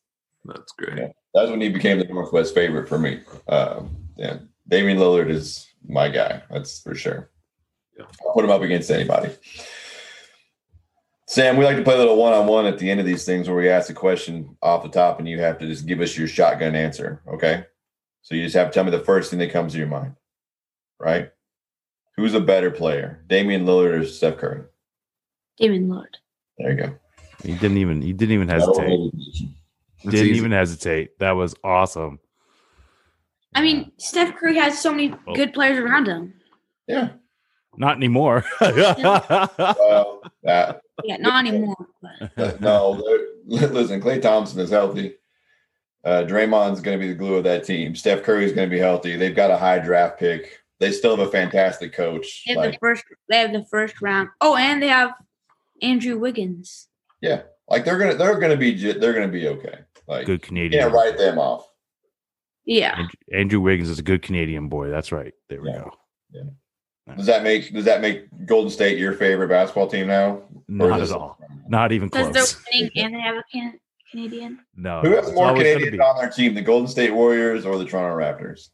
Speaker 4: That's great.
Speaker 2: Yeah. that's when he became the Northwest favorite for me. Um, yeah, Damian Lillard is my guy. That's for sure.
Speaker 4: Yeah.
Speaker 2: I'll put him up against anybody. Sam, we like to play a little one-on-one at the end of these things where we ask a question off the top, and you have to just give us your shotgun answer. Okay, so you just have to tell me the first thing that comes to your mind. Right? Who's a better player, Damian Lillard or Steph Curry?
Speaker 5: Damon Lord.
Speaker 2: There you go.
Speaker 3: [LAUGHS] He didn't even he didn't even hesitate.
Speaker 4: That's
Speaker 3: didn't
Speaker 4: easy.
Speaker 3: even hesitate. That was awesome.
Speaker 5: I mean, Steph Curry has so many
Speaker 3: Oh.
Speaker 5: good players around him.
Speaker 2: Yeah.
Speaker 3: Not
Speaker 2: [LAUGHS]
Speaker 3: anymore.
Speaker 2: Well, that
Speaker 5: Yeah, not anymore.
Speaker 2: [LAUGHS]
Speaker 5: But
Speaker 2: no, they're- [LAUGHS] listen, Clay Thompson is healthy. Uh, Draymond's going to be the glue of that team. Steph Curry's going to be healthy. They've got a high draft pick. They still have a fantastic coach.
Speaker 5: they have the
Speaker 2: Like,
Speaker 5: first. They have the first round. Oh, and they have Andrew Wiggins.
Speaker 2: like they're gonna, they're gonna be, j- they're gonna be okay. Like,
Speaker 3: good
Speaker 2: you
Speaker 3: Canadian.
Speaker 2: can't write them off.
Speaker 5: Yeah,
Speaker 3: Andrew, Andrew Wiggins is a good Canadian boy. That's right. There we
Speaker 2: Yeah.
Speaker 3: go.
Speaker 2: Does that make, does that make Golden State your favorite basketball team now? Or
Speaker 3: Not
Speaker 2: is
Speaker 3: at
Speaker 2: it-
Speaker 3: all. Not even
Speaker 5: because
Speaker 3: close.
Speaker 5: they're winning and they have a can- Canadian.
Speaker 3: no.
Speaker 2: Who
Speaker 3: no,
Speaker 2: has
Speaker 3: it's
Speaker 2: more
Speaker 3: always gonna
Speaker 2: Canadians
Speaker 3: be-
Speaker 2: on their team, the Golden State Warriors or the Toronto Raptors?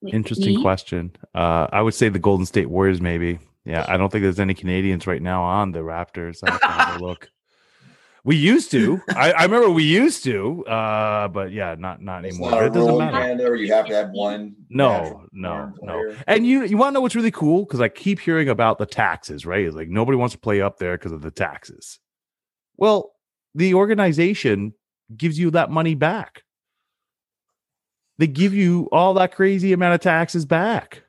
Speaker 5: Wait,
Speaker 3: Interesting
Speaker 5: me?
Speaker 3: question. Uh, I would say the Golden State Warriors, maybe. Yeah, I don't think there's any Canadians right now on the Raptors. I have
Speaker 2: [LAUGHS]
Speaker 3: to have a look. We used to. I, I remember we used to, uh, but yeah, not not
Speaker 2: It's
Speaker 3: anymore.
Speaker 2: not a
Speaker 3: it doesn't
Speaker 2: rule in
Speaker 3: matter.
Speaker 2: Canada where you have to have one.
Speaker 3: No,
Speaker 2: natural
Speaker 3: no,
Speaker 2: born
Speaker 3: no.
Speaker 2: player.
Speaker 3: And you you want to know what's really cool? Because I keep hearing about the taxes, right? It's like nobody wants to play up there because of the taxes. Well, the organization gives you that money back. They give you all that crazy amount of taxes back.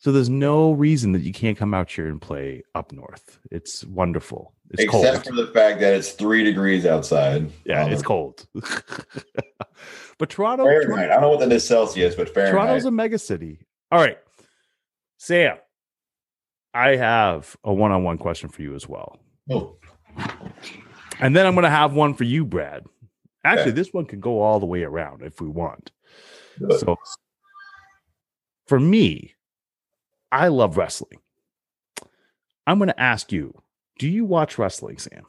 Speaker 3: So there's no reason that you can't come out here and play up north. It's wonderful. It's
Speaker 2: Except
Speaker 3: cold.
Speaker 2: for the fact that it's three degrees outside.
Speaker 3: yeah,
Speaker 2: Um,
Speaker 3: it's cold. [LAUGHS] but Toronto, Toronto-
Speaker 2: Fahrenheit. I don't know what that is Celsius, but Fahrenheit.
Speaker 3: Toronto's a mega city. All right. Sam, I have a one on one question for you as well.
Speaker 2: oh,
Speaker 3: And then I'm going to have one for you, Brad. Actually,
Speaker 2: Okay.
Speaker 3: this one could go all the way around if we want.
Speaker 2: good.
Speaker 3: So for me, I love wrestling. I'm going to ask you do you watch wrestling, Sam?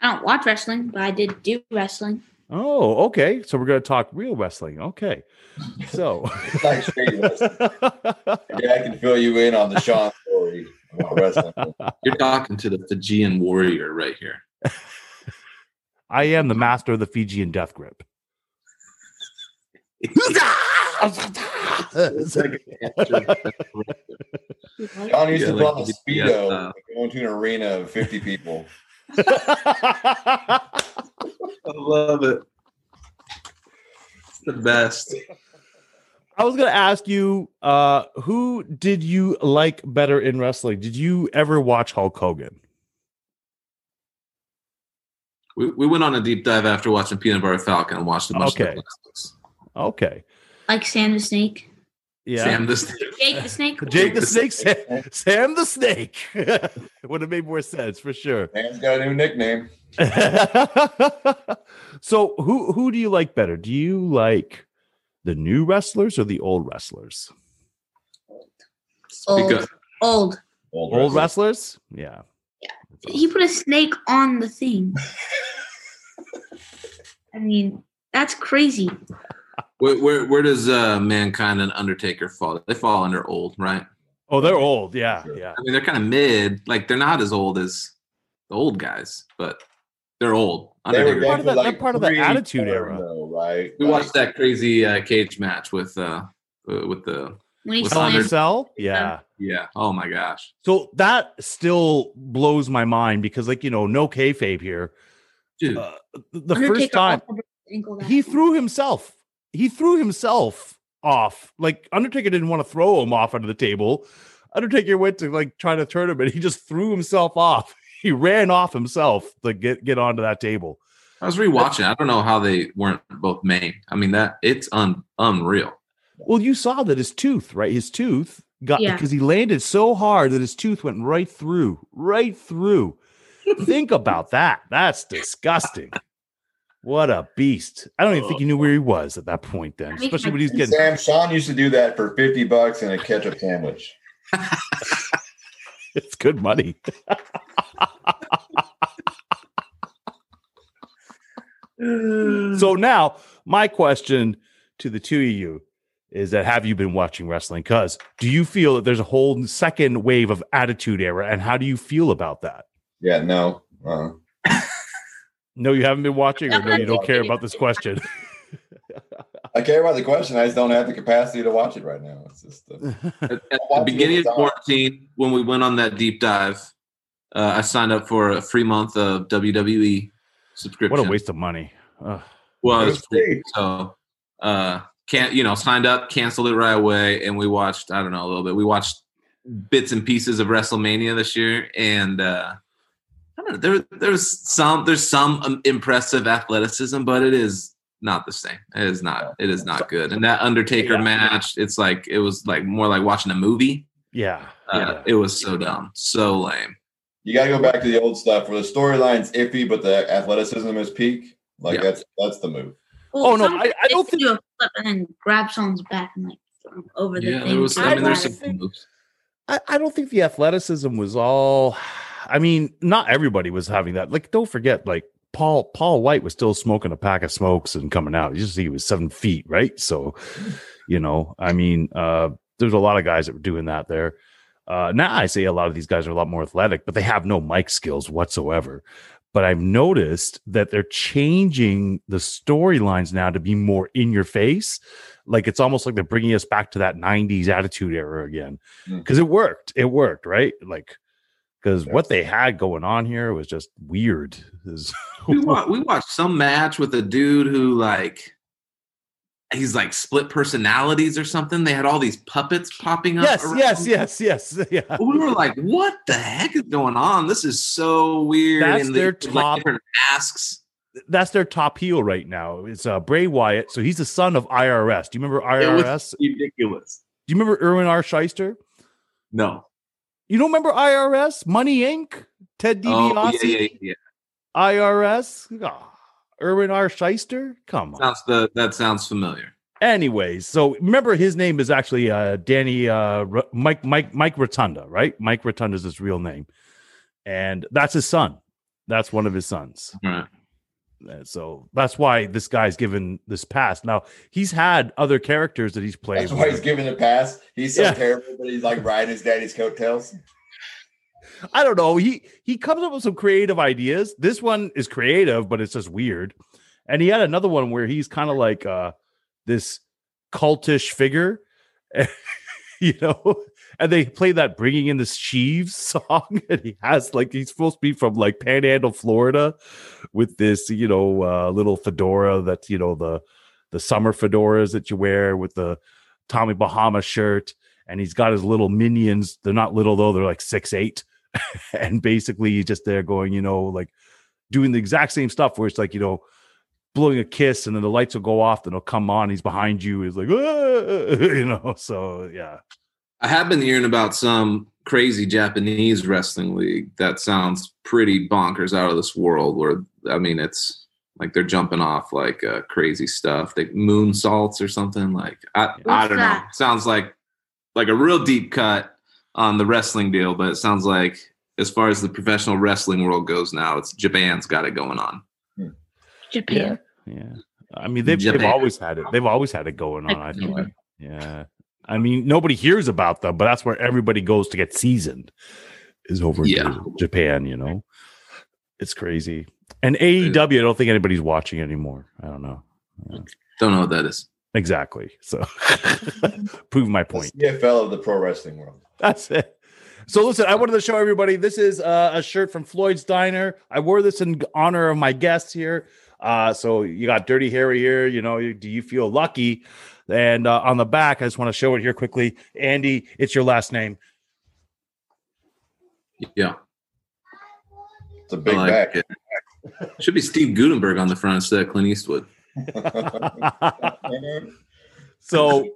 Speaker 5: I don't watch wrestling, but I did do wrestling.
Speaker 3: Oh, okay. So we're going to talk real wrestling. Okay.
Speaker 2: [LAUGHS]
Speaker 3: So. [LAUGHS]
Speaker 2: It's like straight wrestling. yeah, I can fill you in on the Sean story about wrestling.
Speaker 4: You're talking to the Fijian warrior right here.
Speaker 3: I am the master of the Fijian death [LAUGHS] grip.
Speaker 4: It's like a-
Speaker 2: Sean used to
Speaker 4: Yeah,
Speaker 2: put
Speaker 4: like
Speaker 2: on a speedo
Speaker 4: the BTS, uh,
Speaker 2: and go into an arena of 50 people.
Speaker 4: I love it. It's the best.
Speaker 3: I was going to ask you, uh, who did you like better in wrestling? Did you ever watch Hulk Hogan?
Speaker 4: We, we went on a deep dive after watching Peanut Butter Falcon and watched a bunch
Speaker 3: Okay.
Speaker 4: of the classics.
Speaker 3: Okay.
Speaker 5: Like Sam the Snake,
Speaker 3: Yeah.
Speaker 4: Sam, this
Speaker 5: Jake the Snake.
Speaker 3: Jake the Snake, Sam, Sam the Snake. [LAUGHS] Would have made more sense for sure. [LAUGHS]
Speaker 2: Man's got a new nickname.
Speaker 3: so who who do you like better? Do you like the new wrestlers or the old wrestlers?
Speaker 5: old, old.
Speaker 2: Old,
Speaker 3: Old
Speaker 2: wrestler.
Speaker 3: wrestlers? Yeah. [LAUGHS]
Speaker 5: He put a snake on the thing. I mean, That's crazy.
Speaker 4: Where where, where does uh, mankind and Undertaker fall? They fall under old, right?
Speaker 3: Oh, they're old. Yeah, yeah.
Speaker 4: I mean, they're kind of mid. Like they're not as old as the old guys, but they're old.
Speaker 2: They were
Speaker 4: Undertaker.
Speaker 3: Part
Speaker 2: dead
Speaker 3: of
Speaker 2: for
Speaker 3: that-
Speaker 2: like
Speaker 3: that part of the
Speaker 2: 384
Speaker 3: Attitude Era.
Speaker 2: though, right?
Speaker 4: We
Speaker 2: Like,
Speaker 4: watched that crazy uh, cage match with uh, uh, with the
Speaker 5: When he
Speaker 4: With
Speaker 3: Hell in a
Speaker 5: slammed,
Speaker 4: Undertaker.
Speaker 3: Cell. Yeah.
Speaker 4: yeah. Oh my gosh.
Speaker 3: So that still blows my mind because, like you know, no kayfabe here.
Speaker 4: Dude,
Speaker 3: Uh, the
Speaker 5: Undertaker
Speaker 3: first time
Speaker 5: also broke his ankle that
Speaker 3: he
Speaker 5: time.
Speaker 3: threw himself, he threw himself off. Like Undertaker didn't want to throw him off under the table. Undertaker went to like try to turn him, and he just threw himself off. [LAUGHS] He ran off himself to get get onto that table.
Speaker 4: I was rewatching. I don't know how they weren't both maimed. I mean that it's un,
Speaker 3: [SIGHS]
Speaker 4: unreal.
Speaker 3: Well, you saw that his tooth, right? His tooth got
Speaker 5: Yeah.
Speaker 3: because he landed so hard that his tooth went right through, right through. think about that. That's disgusting. What a beast. I don't even think he knew where he was at that point then,
Speaker 5: Right?
Speaker 3: especially when he's getting
Speaker 2: Sam Sean used to do that for fifty bucks and a ketchup sandwich.
Speaker 3: [LAUGHS] it's good money. so now my question to the two of you is that have you been watching wrestling? Because do you feel that there's a whole second wave of attitude era? And how do you feel about that?
Speaker 2: Yeah, no. Uh,
Speaker 3: No, you haven't been watching, or
Speaker 5: No,
Speaker 3: no,
Speaker 5: I
Speaker 3: you don't
Speaker 5: didn't.
Speaker 3: care about this question.
Speaker 2: I care about the question. I just don't have the capacity to watch it right now. It's just uh,
Speaker 4: At, at the
Speaker 2: Watching
Speaker 4: beginning
Speaker 2: it
Speaker 4: of
Speaker 2: die.
Speaker 4: quarantine, when we went on that deep dive, uh, I signed up for a free month of WWE subscription.
Speaker 3: what a waste of money. Ugh.
Speaker 4: Well, it
Speaker 2: It
Speaker 4: was
Speaker 2: was
Speaker 4: free.
Speaker 2: free.
Speaker 4: So, uh, can't you know? Signed up, canceled it right away, and we watched. I don't know a little bit. We watched bits and pieces of WrestleMania this year, and uh, I don't know. There, there's some, there's some um, impressive athleticism, but it is not the same. It is not. It is not good. And that Undertaker
Speaker 3: Yeah.
Speaker 4: match, it's like it was like more like watching a movie.
Speaker 3: Yeah,
Speaker 4: Uh,
Speaker 3: yeah.
Speaker 4: It was so dumb, so lame.
Speaker 2: you got to go back to the old stuff where the storyline's iffy, but the athleticism is peak. Like
Speaker 4: Yeah.
Speaker 2: that's that's the move.
Speaker 5: Well,
Speaker 3: Oh, no,
Speaker 5: sometimes
Speaker 3: I- I don't
Speaker 5: they do a flip and then grab someone's back and like throw 'em over the
Speaker 4: Yeah,
Speaker 5: thing.
Speaker 4: there was. I mean, there's some moves.
Speaker 3: I, I don't think the athleticism was all. I mean, not everybody was having that. Like, don't forget, like Paul Paul White was still smoking a pack of smokes and coming out. You just he was seven feet, right? So, you know, I mean, uh, there's a lot of guys that were doing that there. Uh, now I say a lot of these guys are a lot more athletic, but they have no mic skills whatsoever. But I've noticed that they're changing the storylines now to be more in your face. Like it's almost like they're bringing us back to that 90s attitude era again
Speaker 2: Mm.
Speaker 3: because it worked. It worked, right? Like, because
Speaker 2: Yeah.
Speaker 3: what they had going on here was just weird. Is-
Speaker 4: we
Speaker 3: [LAUGHS]
Speaker 4: watched, we watched some match with a dude who like he's like split personalities or something. They had all these puppets popping up.
Speaker 3: yes,
Speaker 4: around.
Speaker 3: yes, yes, yes. [LAUGHS] Yeah.
Speaker 4: We were like, "What the heck is going on? This is so weird."
Speaker 3: That's
Speaker 4: they-
Speaker 3: their
Speaker 4: like,
Speaker 3: top-
Speaker 4: different masks.
Speaker 3: That's their top heel right now. It's uh, Bray Wyatt. So he's the son of IRS. Do you remember
Speaker 4: It was-
Speaker 3: IRS?
Speaker 4: Ridiculous.
Speaker 3: Do you remember Irwin R. Shyster?
Speaker 4: No.
Speaker 3: You don't remember IRS? Money Inc.? Ted
Speaker 4: Oh,
Speaker 3: DiBiase?
Speaker 4: yeah, yeah, yeah.
Speaker 3: IRS? Ah, Irwin R. Shyster? Come on.
Speaker 4: Sounds the that sounds familiar.
Speaker 3: Anyways, so remember his name is actually uh, Danny uh, R- Mike Mike Mike Rotunda, right? Mike Rotunda is his real name, and that's his son. That's one of his sons.
Speaker 4: All right.
Speaker 3: Uh, So that's why this guy's given this pass. Now he's had other characters that he's played.
Speaker 2: That's why he's giving the pass. He's so
Speaker 3: Yeah.
Speaker 2: terrible, but he's like riding his daddy's coattails.
Speaker 3: I don't know. He he comes up with some creative ideas. This one is creative, but it's just weird. And he had another one where he's kind of like uh this cultish figure, [LAUGHS] you know. And they play that "Bringing in the Sheaves" song, [LAUGHS] and he has like he's supposed to be from like Panhandle, Florida, with this you know uh, little fedora that's you know the the summer fedoras that you wear with the Tommy Bahama shirt, and he's got his little minions. They're not little though; they're like six eight, and basically he's just there going, you know, like doing the exact same stuff where it's like, you know, blowing a kiss and then the lights will go off, then it'll come on. He's behind you. He's like, "Ah," [LAUGHS] you know, so yeah.
Speaker 4: I have been hearing about some crazy Japanese wrestling league that sounds pretty bonkers out of this world. Where I mean, it's like they're jumping off like uh, crazy stuff, like moon salts or something. Like I, I
Speaker 5: What's
Speaker 4: don't know.
Speaker 5: that?
Speaker 4: Sounds like like a real deep cut on the wrestling deal, but it sounds like as far as the professional wrestling world goes now, it's Japan's got it going on.
Speaker 5: Japan.
Speaker 3: Yeah. I mean, they've, they've
Speaker 4: Japan.
Speaker 3: always had it. They've always had it going on. I think.
Speaker 4: Anyway.
Speaker 3: Yeah. I mean, nobody hears about them, but that's where everybody goes to get seasoned. Is over
Speaker 4: Yeah.
Speaker 3: to Japan. You know, it's crazy. And AEW, I don't think anybody's watching anymore. I don't know
Speaker 4: Don't know what that is.
Speaker 3: exactly. So [LAUGHS] prove my point.
Speaker 2: The CFL of the pro wrestling world.
Speaker 3: [LAUGHS] That's it. So listen, I wanted to show everybody. This is uh, a shirt from Floyd's Diner. I wore this in honor of my guests here. Uh, so you got Dirty Harry here. You know, you- do you feel lucky? And uh, on the back, I just want to show it here quickly. Andy, it's your last name.
Speaker 4: Yeah.
Speaker 2: It's a
Speaker 4: I
Speaker 2: big [LAUGHS]
Speaker 4: like
Speaker 2: back.
Speaker 4: it. Should be Steve Gutenberg on the front instead of Clint Eastwood.
Speaker 3: so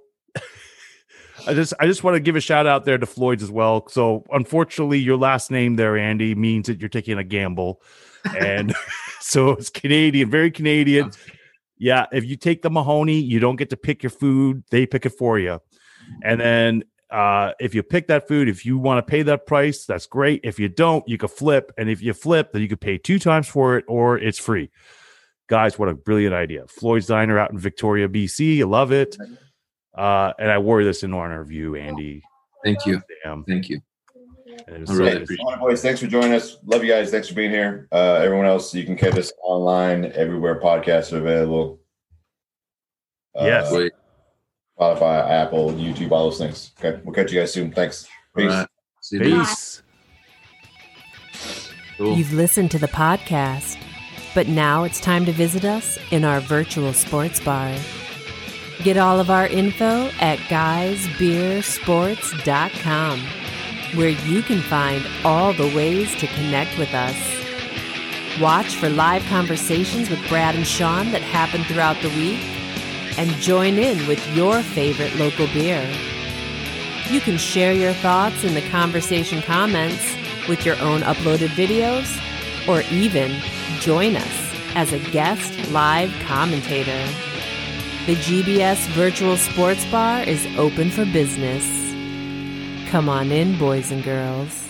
Speaker 3: I just I just want to give a shout out there to Floyd's as well. So unfortunately, your last name there, Andy, means that you're taking a gamble, and [LAUGHS] so it's Canadian, very Canadian. Yeah, if you take the Mahoney, you don't get to pick your food; they pick it for you. And then uh, if you pick that food, if you want to pay that price, that's great. If you don't, you can flip, and if you flip, then you could pay two times for it, or it's free. Guys, what a brilliant idea! Floyd's Diner out in Victoria, BC. I love it. Uh, and I wore this in honor of you, Andy.
Speaker 4: Thank you.
Speaker 3: Damn.
Speaker 4: Thank you.
Speaker 3: And it was
Speaker 4: I
Speaker 3: so
Speaker 4: really
Speaker 3: nice.
Speaker 4: appreciate
Speaker 2: All right, boys, thanks for joining us. Love you guys. Thanks for being here. Uh, everyone else, you can catch us online everywhere podcasts are available. Uh,
Speaker 3: Yes.
Speaker 4: Wait.
Speaker 2: Spotify, Apple, YouTube, all those things. Okay. We'll catch you guys soon. Thanks.
Speaker 4: All
Speaker 2: Peace.
Speaker 4: right. See you. dude.
Speaker 3: Peace.
Speaker 4: Cool.
Speaker 1: You've listened to the podcast, but now it's time to visit us in our virtual sports bar. Get all of our info at guysbeersports.com, where you can find all the ways to connect with us. Watch for live conversations with Brad and Sean that happen throughout the week, and join in with your favorite local beer. You can share your thoughts in the conversation comments with your own uploaded videos, or even join us as a guest live commentator. The GBS Virtual Sports Bar is open for business. Come on in, boys and girls.